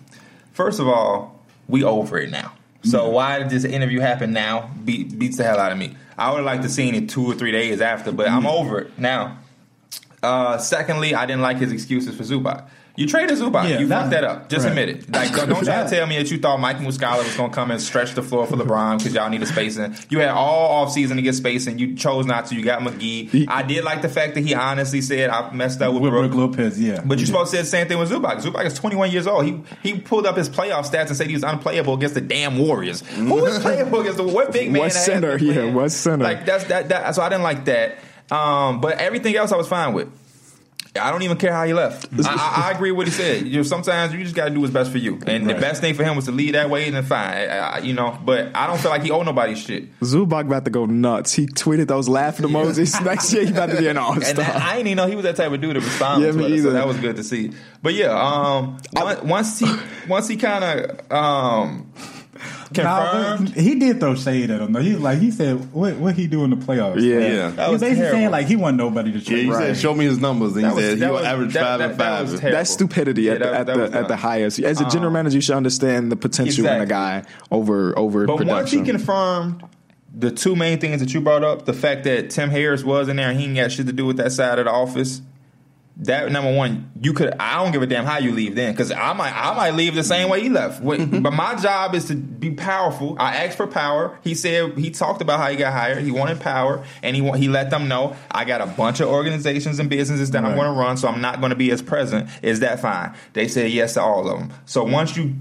Speaker 2: First of all, we over it now. So why did this interview happen now? Beat, beats the hell out of me. I would have liked to seen it two or three days after, but I'm over it now. Uh, secondly, I didn't like his excuses for Zubac. You traded Zubac.
Speaker 3: Yeah,
Speaker 2: you
Speaker 3: that-
Speaker 2: fucked that up. Just
Speaker 3: right.
Speaker 2: admit it. Like, don't, don't try to tell me that you thought Mike Muscala was going to come and stretch the floor for LeBron because y'all needed spacing. You had all offseason to get spacing. You chose not to. You got McGee. I did like the fact that he honestly said, I messed up with,
Speaker 3: with
Speaker 2: Brook.
Speaker 3: Brooke Lopez, yeah.
Speaker 2: But you're supposed to say the same thing with Zubac. Zubac is 21 years old. He he pulled up his playoff stats and said he was unplayable against the damn Warriors. Who is playable against the what big man?
Speaker 1: What
Speaker 2: has
Speaker 1: center?
Speaker 2: been
Speaker 1: Yeah,
Speaker 2: playing?
Speaker 1: what center?
Speaker 2: Like that's that, that. So I didn't like that. Um, but everything else I was fine with. I don't even care how he left. I, I, I agree with what he said. You know, sometimes you just got to do what's best for you, and the
Speaker 3: Right.
Speaker 2: best thing for him was to lead that way, and then fine, I, I- you know. But I don't feel like he owed nobody shit.
Speaker 1: Zubac about to go nuts. He tweeted those laughing emojis. Next year he about to be an all
Speaker 2: And
Speaker 1: star.
Speaker 2: that, I didn't even know he was that type of dude to respond
Speaker 1: Yeah,
Speaker 2: to
Speaker 1: me
Speaker 2: Twitter, so
Speaker 1: either.
Speaker 2: that was good to see. But yeah, um, on- once he once he kind of um,
Speaker 3: Nah,
Speaker 2: confirmed,
Speaker 3: but he did throw shade at him though. He was like he said, "What what he do in the playoffs?"
Speaker 1: yeah.
Speaker 4: Yeah.
Speaker 2: That
Speaker 3: he
Speaker 2: was
Speaker 3: basically
Speaker 2: terrible.
Speaker 3: saying like he wasn't nobody to
Speaker 4: Yeah,
Speaker 3: trade.
Speaker 4: he
Speaker 1: Right.
Speaker 4: said, "Show me his numbers," and he
Speaker 2: That was-
Speaker 4: said
Speaker 2: that
Speaker 4: he will
Speaker 2: was-
Speaker 4: average
Speaker 2: that-
Speaker 4: five
Speaker 2: that-
Speaker 4: and
Speaker 2: that was
Speaker 4: five.
Speaker 2: terrible.
Speaker 1: That's stupidity
Speaker 2: Yeah,
Speaker 1: at,
Speaker 2: that
Speaker 1: the,
Speaker 2: was-
Speaker 1: at,
Speaker 2: that
Speaker 1: the,
Speaker 2: was Um,
Speaker 1: at the
Speaker 2: dumb.
Speaker 1: highest. As a general manager, you should understand the potential in a guy over over
Speaker 2: but
Speaker 1: production.
Speaker 2: once he confirmed the two main things that you brought up, the fact that Tim Harris was in there and he ain't got shit to do with that side of the office. That number one, you could. I don't give a damn how you leave then, because I might, I might leave the same way he left. Wait, but my job is to be powerful. I asked for power. He said he talked about how he got hired. He wanted power, and he wa- he let them know I got a bunch of organizations and businesses that I'm
Speaker 3: Right.
Speaker 2: going to run, so I'm not going to be as present. Is that fine? They said yes to all of them. So once you,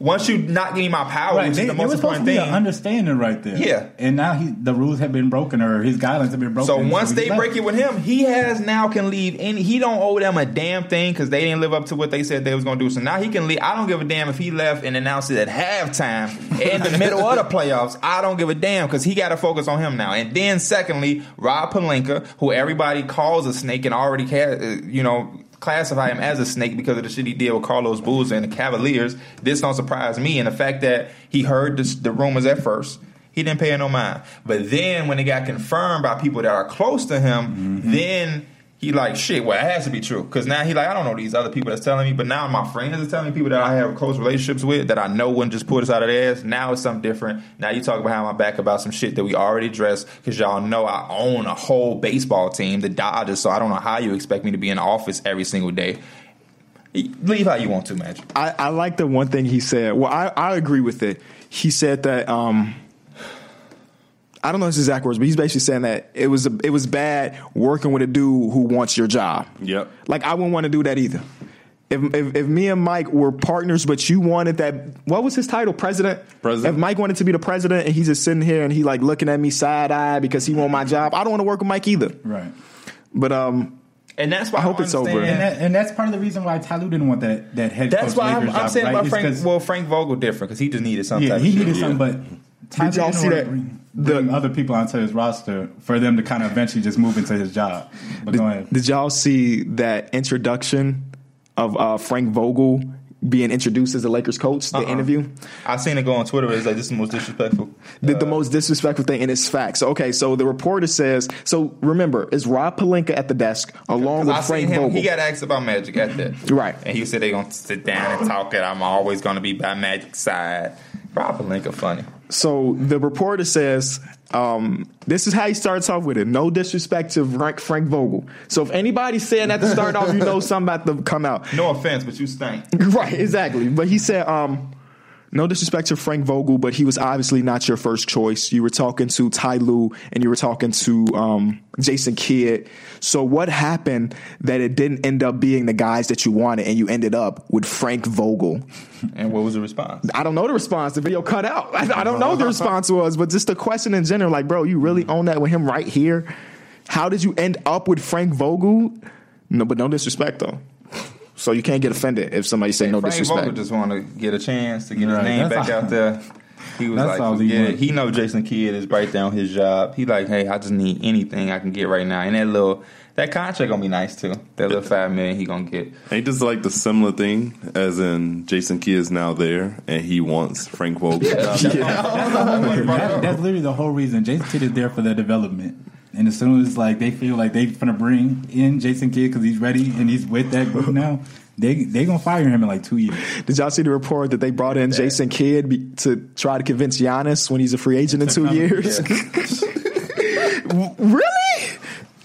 Speaker 2: once you not getting my power,
Speaker 3: Right,
Speaker 2: which
Speaker 3: they,
Speaker 2: is the
Speaker 3: there was
Speaker 2: most
Speaker 3: supposed to
Speaker 2: important
Speaker 3: be
Speaker 2: thing,
Speaker 3: an understanding right there.
Speaker 2: Yeah.
Speaker 3: and now he, the rules have been broken or his guidelines have been broken.
Speaker 2: So once
Speaker 3: he
Speaker 2: they
Speaker 3: left.
Speaker 2: break it with him, he has now can leave any. He don't owe them a damn thing because they didn't live up to what they said they was gonna do. So now he can leave. I don't give a damn if he left and announced it at halftime in the middle of the playoffs. I don't give a damn because he got to focus on him now. And then secondly, Rob Palenka, who everybody calls a snake and already ca- uh, you know classify him as a snake because of the shit he did with Carlos Boozer and the Cavaliers. This don't surprise me, and the fact that he heard this, the rumors at first. He didn't pay no mind. But then when it got confirmed by people that are close to him,
Speaker 1: Mm-hmm.
Speaker 2: then he like shit. Well, it has to be true because now he like I don't know these other people that's telling me, but now my friends are telling me people that I have close relationships with that I know wouldn't just pull this out of their ass. Now it's something different. Now you talk behind my back about some shit that we already addressed because y'all know I own a whole baseball team, the Dodgers. So I don't know how you expect me to be in the office every single day. Leave how you want to, Magic.
Speaker 1: I, I like the one thing he said. Well, I, I agree with it. He said that um, I don't know his exact words, but he's basically saying that it was a, it was bad working with a dude who wants your job.
Speaker 4: Yep.
Speaker 1: Like I wouldn't want to do that either. If, if if me and Mike were partners, but you wanted that, what was his title? President.
Speaker 4: President.
Speaker 1: If Mike wanted to be the president, and he's just sitting here and he like looking at me side eye because he want my job, I don't want to work with Mike either.
Speaker 3: Right.
Speaker 1: But um,
Speaker 2: And that's why I
Speaker 1: hope
Speaker 2: don't
Speaker 1: it's over.
Speaker 2: understand-
Speaker 3: And, that, and that's part of the reason why Tyloo didn't want that that head
Speaker 2: That's
Speaker 3: coach
Speaker 2: why I'm,
Speaker 3: Lakers
Speaker 2: I'm
Speaker 3: job,
Speaker 2: saying
Speaker 3: right?
Speaker 2: about
Speaker 3: It's
Speaker 2: Frank.
Speaker 3: 'cause-
Speaker 2: Well, Frank Vogel different because he just needed some
Speaker 3: yeah,
Speaker 2: type
Speaker 3: he
Speaker 2: of
Speaker 3: needed
Speaker 2: shit.
Speaker 3: something, but Tyloo
Speaker 1: y'all
Speaker 3: didn't
Speaker 1: see
Speaker 3: wanna
Speaker 1: that-
Speaker 3: bring-
Speaker 1: the-
Speaker 3: bring other people onto his roster for them to kind of eventually just move into his job. But go ahead.
Speaker 1: Did y'all see that introduction of uh, Frank Vogel being introduced as the Lakers coach?
Speaker 2: Uh-uh.
Speaker 1: The interview
Speaker 2: I seen it go on Twitter. It's like this is the most disrespectful. uh,
Speaker 1: the, the most disrespectful thing, and it's facts. Okay, so the reporter says. So remember, it's Rob Palinka at the desk along with
Speaker 2: I seen
Speaker 1: Frank
Speaker 2: him.
Speaker 1: Vogel.
Speaker 2: He got asked about Magic at that,
Speaker 1: Right.
Speaker 2: And he said they gonna sit down and talk it. I'm always gonna be by Magic's side. Rob Palenka funny.
Speaker 1: so the reporter says. Um, this is how he starts off with it. No disrespect to Frank, Frank Vogel. So if anybody's saying that to start off, you know something about to come out.
Speaker 2: No offense, but you stink.
Speaker 1: Right, exactly. But he said, um, no disrespect to Frank Vogel, but he was obviously not your first choice. You were talking to Ty Lue and you were talking to um, Jason Kidd. So what happened that it didn't end up being the guys that you wanted and you ended up with Frank Vogel?
Speaker 2: And what was the response?
Speaker 1: I don't know the response. The video cut out. I, I don't know what the response was, but just the question in general, like, bro, you really own that with him right here? How did you end up with Frank Vogel? No, but no disrespect though. So you can't get offended if somebody say no
Speaker 2: Frank
Speaker 1: disrespect.
Speaker 2: Vogel just want to get a chance to get
Speaker 3: Right,
Speaker 2: his name
Speaker 3: that's
Speaker 2: back
Speaker 3: all-
Speaker 2: out there. He was
Speaker 3: that's
Speaker 2: like,
Speaker 3: all he
Speaker 2: yeah,
Speaker 3: wanted.
Speaker 2: he know Jason Kidd is right down his job. He like, hey, I just need anything I can get right now. And that little that contract gonna be nice too. That little five million he gonna get.
Speaker 4: Ain't this like the similar thing as in Jason Key is now there and he wants Frank Vogel?
Speaker 3: That- that's literally the whole reason. Jason Kidd is there for their development. And as soon as like they feel like they're gonna bring in Jason Kidd because he's ready and he's with that group now, they they gonna fire him in like two years.
Speaker 1: Did y'all see the report that they brought in Jason Kidd be, to try to convince Giannis when he's a free agent in two
Speaker 3: come-
Speaker 1: years? really?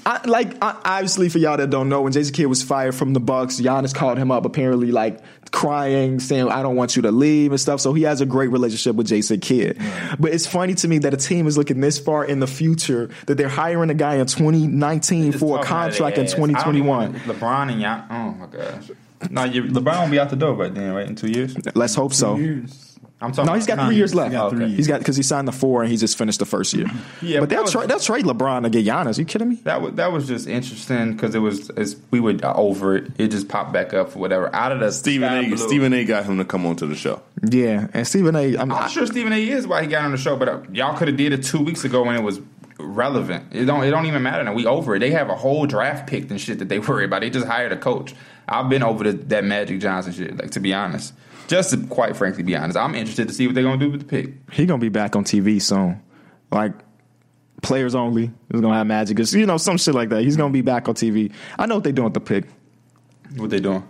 Speaker 1: I, like I, obviously for y'all that don't know, when Jason Kidd was fired from the Bucks, Giannis called him up apparently like crying, saying "I don't want you to leave" and stuff. So he has a great relationship with Jason Kidd. But it's funny to me that a team is looking this far in the future that they're hiring a guy in 2019
Speaker 2: Just
Speaker 1: for a
Speaker 2: talking out of
Speaker 1: contract
Speaker 2: their
Speaker 1: in
Speaker 2: ass. I don't
Speaker 1: 2021.
Speaker 2: even want LeBron and y'all. Oh my gosh. No, you, LeBron will be out the door right then, right? In two years?
Speaker 1: Let's hope so.
Speaker 3: Years.
Speaker 2: I'm talking
Speaker 1: No, he's
Speaker 2: about
Speaker 1: got three
Speaker 2: Kanye.
Speaker 1: years left.
Speaker 3: He got three
Speaker 2: Okay.
Speaker 1: He's got because he signed the four and he just finished the first year.
Speaker 2: Yeah,
Speaker 1: but they'll
Speaker 2: but that was-
Speaker 1: trade they'll trade LeBron to get Giannis. you kidding me?
Speaker 2: That was that was just interesting because it was it's, we were over it. It just popped back up for whatever. Out of the
Speaker 4: Stephen
Speaker 2: sky
Speaker 4: A.
Speaker 2: blue.
Speaker 4: Stephen A. got him to come onto the show.
Speaker 1: Yeah, and Stephen A. I'm,
Speaker 2: I'm sure Stephen A. E. is why he got on the show, but uh, y'all could have did it two weeks ago when it was relevant. It don't it don't even matter now. We over it. They have a whole draft pick and shit that they worry about. They just hired a coach. I've been over the, that Magic Johnson shit. Like to be honest, just to quite frankly be honest, I'm interested to see what they're gonna do with the pick.
Speaker 1: he gonna be back on TV soon. Like players only is gonna have Magic. It's, you know some shit like that. He's gonna be back on TV. I know what they're doing with the pick.
Speaker 2: What they doing?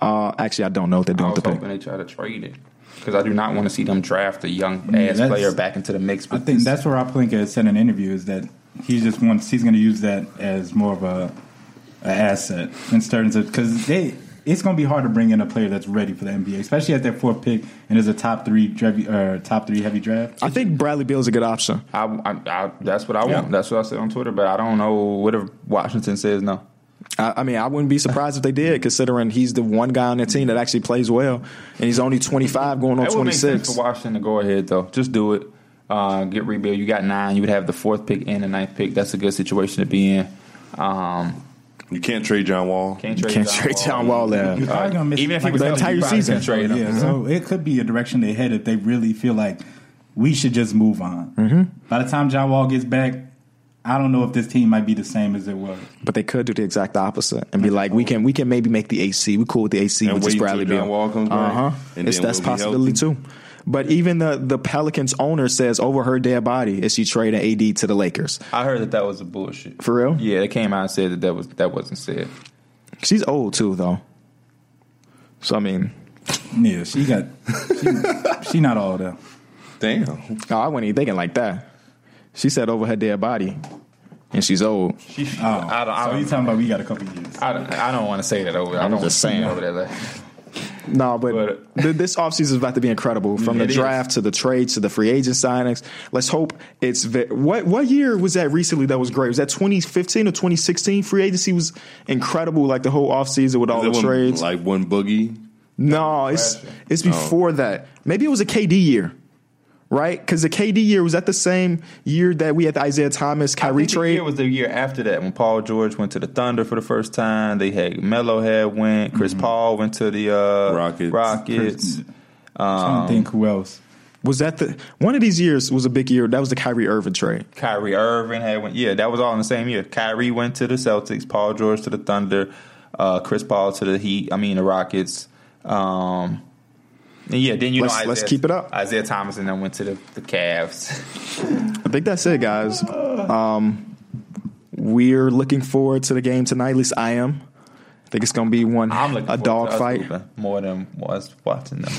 Speaker 1: Uh, actually, I don't know what they're
Speaker 2: I
Speaker 1: doing
Speaker 2: was
Speaker 1: with the pick.
Speaker 2: hoping they try to trade it because I do not want to see them draft a young
Speaker 3: Yeah,
Speaker 2: ass
Speaker 3: that's-
Speaker 2: player back into the mix.
Speaker 3: I
Speaker 2: with
Speaker 3: think
Speaker 2: this.
Speaker 3: that's where Oplinka said in an interview is that he just wants he's going to use that as more of a, a asset in terms of because they it's going to be hard to bring in a player that's ready for the NBA, especially at their fourth pick and is a top three drev- or top three heavy draft.
Speaker 1: I think Bradley Beal's a good option.
Speaker 2: I, I, I, that's what I want. That's what I said on Twitter. But I don't know what if Washington says no.
Speaker 1: I, I mean, I wouldn't be surprised if they did, considering he's the one guy on their team that actually plays well, and he's only 25 going on
Speaker 2: That would make sense
Speaker 1: 26.
Speaker 2: for Washington to go ahead though. Just do it. Uh, get rebuild. You got nine. You would have the fourth pick and the ninth pick. That's a good situation to be in. Um,
Speaker 4: You can't trade John Wall.
Speaker 2: can't trade,
Speaker 1: Can't trade John Wall there.
Speaker 3: You're probably gonna miss
Speaker 2: Uh, Even if he
Speaker 3: like
Speaker 2: was
Speaker 1: the
Speaker 2: healthy,
Speaker 1: entire
Speaker 2: you probably
Speaker 1: season.
Speaker 2: couldn't Trade him.
Speaker 3: Yeah, so it could be a direction they head if they really feel like we should just move on. Mm-hmm. By the time John Wall gets back, I don't know if this team might be the same as it was.
Speaker 1: But they could do the exact opposite and be like, we can we can maybe make the AC. We cool with the AC
Speaker 4: And
Speaker 1: with
Speaker 4: wait
Speaker 1: just
Speaker 4: until
Speaker 1: Bradley
Speaker 4: John
Speaker 1: Beal.
Speaker 4: Wall comes back,
Speaker 1: Uh huh.
Speaker 4: and
Speaker 1: It's
Speaker 4: then
Speaker 1: that's
Speaker 4: we'll be
Speaker 1: possibility too. But even the the Pelicans owner says over her dead body is she trading AD to the Lakers
Speaker 2: I heard that that was a bullshit.
Speaker 1: for real?
Speaker 2: Yeah, they came out and said that that was that wasn't said.
Speaker 1: She's old too though, so I mean,
Speaker 3: Yeah, she got she, she not all there.
Speaker 4: Damn.
Speaker 1: oh, I wasn't even thinking like that. She said over her dead body, and she's old.
Speaker 2: She,
Speaker 3: Oh,
Speaker 2: I don't. I
Speaker 3: so
Speaker 2: don't,
Speaker 3: you talking about we got a couple years?
Speaker 2: I don't, I don't want to say that over. I
Speaker 1: I'm
Speaker 2: don't
Speaker 1: just
Speaker 2: wanna
Speaker 1: saying.
Speaker 2: Over there. Like,
Speaker 1: No, but,
Speaker 2: But-
Speaker 1: th- this offseason is about to be incredible from the
Speaker 2: It is.
Speaker 1: draft to the trades to the free agent signings. Let's hope it's ve- what what year was that recently that was great? Was that 2015 or 2016? Free agency was incredible like the whole offseason with all
Speaker 4: Is it
Speaker 1: the
Speaker 4: one-
Speaker 1: trades.
Speaker 4: Like one boogie.
Speaker 1: no, it's it's
Speaker 2: Oh.
Speaker 1: before that. Maybe it was a KD year. Right? Cuz the KD year was that the same year that we had the Isaiah Thomas Kyrie trade.
Speaker 2: It was the year after that when Paul George went to the Thunder for the first time. They had Melo had went. Chris Paul went to the uh,
Speaker 4: Rockets.
Speaker 2: Mm-hmm. Rockets. Um,
Speaker 3: trying to think who else.
Speaker 1: was that the one of these years was a big year. That was the Kyrie Irving trade.
Speaker 2: Kyrie Irving had went. Yeah, that was all in the same year. Kyrie went to the Celtics. Paul George to the Thunder. Uh, Chris Paul to the Heat. I mean the Rockets. Um, and yeah, then you know
Speaker 1: Let's-
Speaker 2: Isaiah,
Speaker 1: let's keep it up.
Speaker 2: Isaiah Thomas and then went to the, the Cavs.
Speaker 1: I think that's it, guys. Um, we're looking forward to the game tonight. At least I am. I think it's going to be one
Speaker 2: I'm looking
Speaker 1: a
Speaker 2: forward
Speaker 1: dog
Speaker 2: to us
Speaker 1: fight.
Speaker 2: hooping more than was watching them.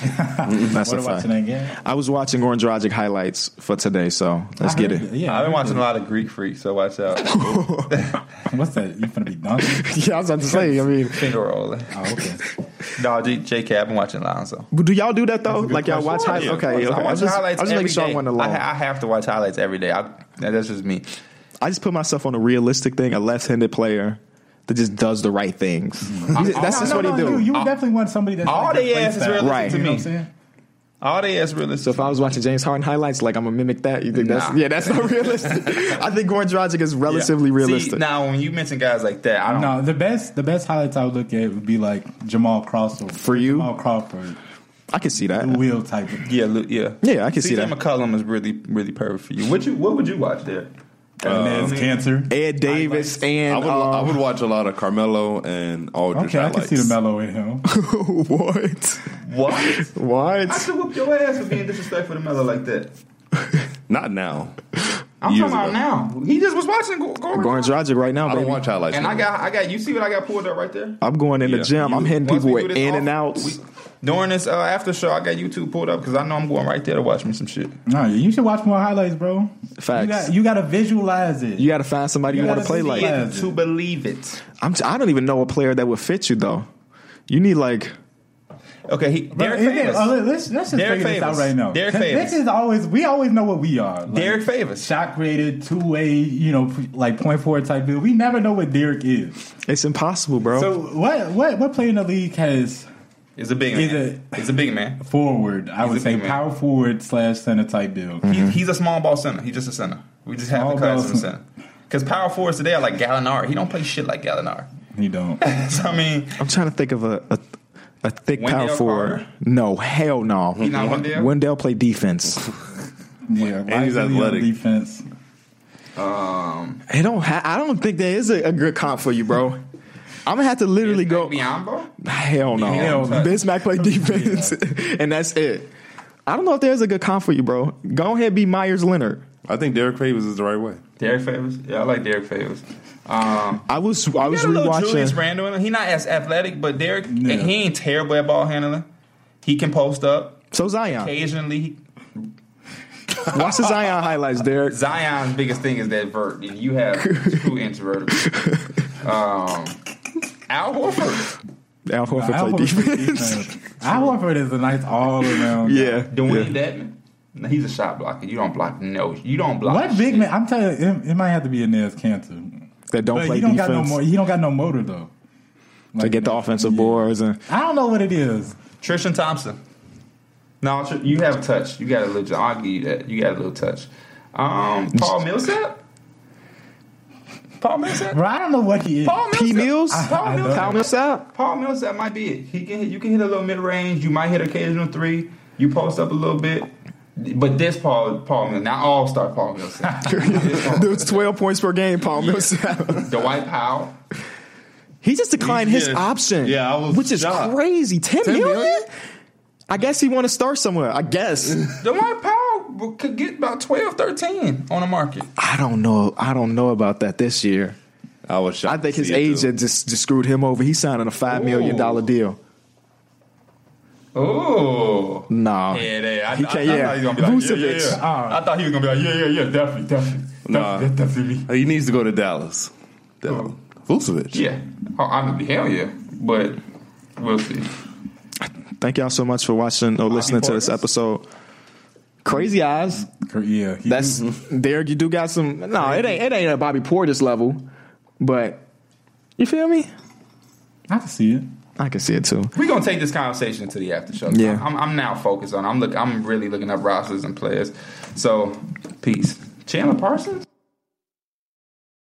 Speaker 1: That's
Speaker 3: What
Speaker 1: a
Speaker 3: about
Speaker 1: fact.
Speaker 3: tonight game?
Speaker 1: I was watching Goran Dragic highlights for today, so let's
Speaker 3: I
Speaker 1: get
Speaker 3: heard
Speaker 1: it.
Speaker 3: that. Yeah,
Speaker 2: I've been
Speaker 3: I heard
Speaker 2: watching a lot of Greek Freak, so watch out.
Speaker 3: that. What's that? You finna be dunking?
Speaker 1: yeah, I was about to say. I mean,
Speaker 2: Finger rolling.
Speaker 3: Oh, okay.
Speaker 2: No, J- JK, I've been watching Lions though.
Speaker 1: do y'all do that though?
Speaker 3: good
Speaker 1: Like y'all watch
Speaker 3: question.
Speaker 1: highlights? Okay, okay.
Speaker 2: I
Speaker 1: I
Speaker 2: watch
Speaker 1: was just, I
Speaker 2: highlights
Speaker 1: was just making
Speaker 2: every
Speaker 1: sure I
Speaker 2: day.
Speaker 1: wasn't
Speaker 2: I,
Speaker 1: alone.
Speaker 2: ha- I have to watch highlights every day. I, that's just me.
Speaker 1: I just put myself on a realistic thing, a left-handed player that just does the right things.
Speaker 2: Mm-hmm.
Speaker 1: He's- that's
Speaker 3: No,
Speaker 1: just
Speaker 3: Oh, no,
Speaker 1: what
Speaker 3: no,
Speaker 1: he do.
Speaker 3: You, you would definitely want somebody that's
Speaker 2: all
Speaker 3: like
Speaker 2: they
Speaker 3: your
Speaker 2: ask is
Speaker 3: playstyle.
Speaker 2: realistic
Speaker 1: Right.
Speaker 2: to
Speaker 3: You know what
Speaker 2: me.
Speaker 3: I'm saying?
Speaker 2: All they ask really.
Speaker 1: So if I was watching James Harden highlights, like I'm gonna mimic that, you think that's
Speaker 2: Nah.
Speaker 1: yeah, that's not realistic. I think Goran Dragic is relatively realistic.
Speaker 2: See, now when you mention guys like that, I don't.
Speaker 3: No, the best the best highlights I would look at would be like Jamal Crawford.
Speaker 1: For you?
Speaker 3: Jamal Crawford,
Speaker 1: I can see that.
Speaker 3: wheel type. Of,
Speaker 2: Yeah, Lu- yeah,
Speaker 1: Yeah, I can see
Speaker 2: CJ
Speaker 1: that.
Speaker 2: McCollum is really, really perfect for you. What you? What would you watch there? Uh,
Speaker 3: man's cancer.
Speaker 1: Ed Davis and
Speaker 4: I would, I
Speaker 1: um,
Speaker 4: would watch a lot of Carmelo and Aldridge
Speaker 3: uh, Okay, I can
Speaker 4: highlights.
Speaker 3: see the mellow in him.
Speaker 1: um, what?
Speaker 2: What? I
Speaker 1: What?
Speaker 2: should whoop your ass for being disrespectful to Melo like that.
Speaker 4: Not now.
Speaker 2: I'm
Speaker 4: Years
Speaker 2: talking about
Speaker 4: ago.
Speaker 2: now. He just was watching Go- Goran
Speaker 1: Goran
Speaker 2: Dragic.
Speaker 1: Dragic right now,
Speaker 4: I don't
Speaker 1: baby.
Speaker 4: watch highlights.
Speaker 2: and I
Speaker 4: no
Speaker 2: got, I got. You see what I got pulled up right there?
Speaker 1: I'm going in the
Speaker 4: Yeah.
Speaker 1: gym. I'm hitting
Speaker 2: Once
Speaker 1: people
Speaker 2: we do
Speaker 1: with
Speaker 2: this
Speaker 1: in
Speaker 2: off-
Speaker 1: and outs.
Speaker 2: we- During this uh, after show, I got YouTube pulled up because I know I'm going right there to watch me some shit.
Speaker 3: No, you should watch more highlights, bro.
Speaker 1: Facts.
Speaker 3: You got, you got to visualize it.
Speaker 1: you got to find somebody you,
Speaker 3: You
Speaker 1: want to
Speaker 3: gotta
Speaker 1: play
Speaker 3: see
Speaker 1: like.
Speaker 3: it.
Speaker 2: Get to believe it.
Speaker 1: I'm. T- I don't even know a player that would fit you though. You need like
Speaker 2: Okay, he,
Speaker 3: Bro,
Speaker 2: Derek
Speaker 3: it is.
Speaker 2: Favors.
Speaker 3: Oh, let- let's, let's just
Speaker 2: Derek
Speaker 3: figure this out
Speaker 2: Favors.
Speaker 3: right now.
Speaker 2: Derek
Speaker 3: 'Cause
Speaker 2: Favors.
Speaker 3: This is always we always know what we are. Like,
Speaker 2: Derek Favors.
Speaker 3: shot created, two way, you know, p- like point forward type deal. We never know what Derek is.
Speaker 1: it's impossible, bro.
Speaker 3: So what what what player in the league has
Speaker 2: Is a big
Speaker 3: He's
Speaker 2: man. He's a big man.
Speaker 3: forward? I would
Speaker 2: a
Speaker 3: say
Speaker 2: big man.
Speaker 3: power forward slash center type deal.
Speaker 2: He's, he's a small ball center. He's just a center. We just have to
Speaker 3: Mm-hmm. Small
Speaker 2: class
Speaker 3: ball
Speaker 2: him center. Because power forwards today are like Gallinari. He don't play shit like Gallinari.
Speaker 3: He don't.
Speaker 2: so, I mean,
Speaker 1: I'm trying to think of a a, a thick
Speaker 2: Wendell
Speaker 1: power forward.
Speaker 2: Carter?
Speaker 1: No, hell no.
Speaker 2: not Wendell?
Speaker 1: Wendell play defense.
Speaker 3: Yeah, why
Speaker 4: he's
Speaker 3: is he on
Speaker 4: athletic.
Speaker 3: defense.
Speaker 2: Um,
Speaker 1: I don't. Ha- I don't think there is a, a good comp for you, bro. I'm gonna have to literally go.
Speaker 2: Biombo?
Speaker 1: Hell no.
Speaker 2: Hell no.
Speaker 1: Bismack play defense, and that's it. I don't know if there's a good comp for you, bro. Go ahead, be Myers Leonard.
Speaker 4: I think Derek Favors is the right way.
Speaker 2: Derek Favors? Yeah, I like Derek Favors. Um,
Speaker 1: I was I was
Speaker 2: got a little Julius
Speaker 1: rewatching.
Speaker 2: Randle. in him. He not as athletic, but Derek,
Speaker 3: Yeah.
Speaker 2: and he ain't terrible at ball handling. He can post up.
Speaker 1: So Zion,
Speaker 2: Occasionally, he-
Speaker 1: watch the Zion highlights, Derek.
Speaker 2: Zion's biggest thing is that vert, and you have two introverted. people. Um, Al Horford,
Speaker 1: Al Horford
Speaker 3: Al
Speaker 1: play
Speaker 3: Horford
Speaker 1: defense.
Speaker 3: defense. Al Horford is a nice all around.
Speaker 1: Yeah,
Speaker 2: Dwayne
Speaker 1: yeah.
Speaker 2: Dedman. No, he's a shot blocker. You don't block. No, you don't block.
Speaker 1: Oh,
Speaker 3: What big
Speaker 2: shit.
Speaker 3: man? I'm telling you, it, it might have to be a Nez cancer.
Speaker 1: that don't
Speaker 3: But
Speaker 1: play
Speaker 3: he don't
Speaker 1: defense
Speaker 3: got no more. He don't got no motor though.
Speaker 1: to
Speaker 3: Like,
Speaker 1: get the offensive boards and
Speaker 3: I don't know what it is.
Speaker 2: Trishan Thompson. No, Tr- you have a touch. You got a little. I'll give you that. You got a little touch. Um, Paul Millsap. Paul Millsap.
Speaker 3: Bro, I don't know what he is.
Speaker 2: Paul Millsap.
Speaker 1: P Mills,
Speaker 2: Paul
Speaker 3: I- I
Speaker 2: Millsap.
Speaker 1: Kyle Millsap.
Speaker 2: Paul Millsap might be it. He can hit, you can hit a little mid range. You might hit occasional three. You post up a little bit. But this Paul Paul Millsap, not all star Paul Millsap. This Paul-
Speaker 1: Dude's twelve points per game. Paul Millsap.
Speaker 2: Dwight Powell.
Speaker 1: He just declined his
Speaker 4: Yeah.
Speaker 1: option.
Speaker 4: Yeah, I was
Speaker 1: which is
Speaker 4: shocked.
Speaker 1: crazy. Ten million?
Speaker 4: million?
Speaker 1: I guess he want to start somewhere. I guess.
Speaker 2: Dwight Powell could get about 12, 13 on the market.
Speaker 1: I don't know. I don't know about that this year.
Speaker 4: I was shocked.
Speaker 1: I think
Speaker 4: to
Speaker 1: his
Speaker 4: see it, too.
Speaker 1: agent just, just screwed him over. He signing a five million dollar deal.
Speaker 2: Oh.
Speaker 1: Nah.
Speaker 2: Yeah, they, I,
Speaker 1: He
Speaker 2: I,
Speaker 1: can't-
Speaker 2: I
Speaker 1: yeah.
Speaker 2: thought he was gonna be like, yeah, yeah,
Speaker 1: Vucevic. Ah.
Speaker 2: yeah. I thought he was gonna be like, yeah, yeah, yeah, definitely, definitely,
Speaker 4: Nah.
Speaker 2: definitely, definitely.
Speaker 4: He needs to go to Dallas. Dallas. Vucevic.
Speaker 2: Yeah. Oh, I mean, hell yeah. But we'll see.
Speaker 1: Thank y'all so much for watching or listening to this
Speaker 2: Portis.
Speaker 1: episode. Crazy eyes.
Speaker 3: Cor- Yeah, he-
Speaker 1: That's
Speaker 4: Mm-hmm.
Speaker 1: Derek. You do got some. No, it ain't. It ain't a Bobby Portis level, but you feel me?
Speaker 3: I can see it.
Speaker 1: I can see it too.
Speaker 2: We're gonna take this conversation to the after show.
Speaker 1: Yeah.
Speaker 2: I'm, I'm now focused on I'm look I'm really looking up rosters and players. So peace. Chandler Parsons?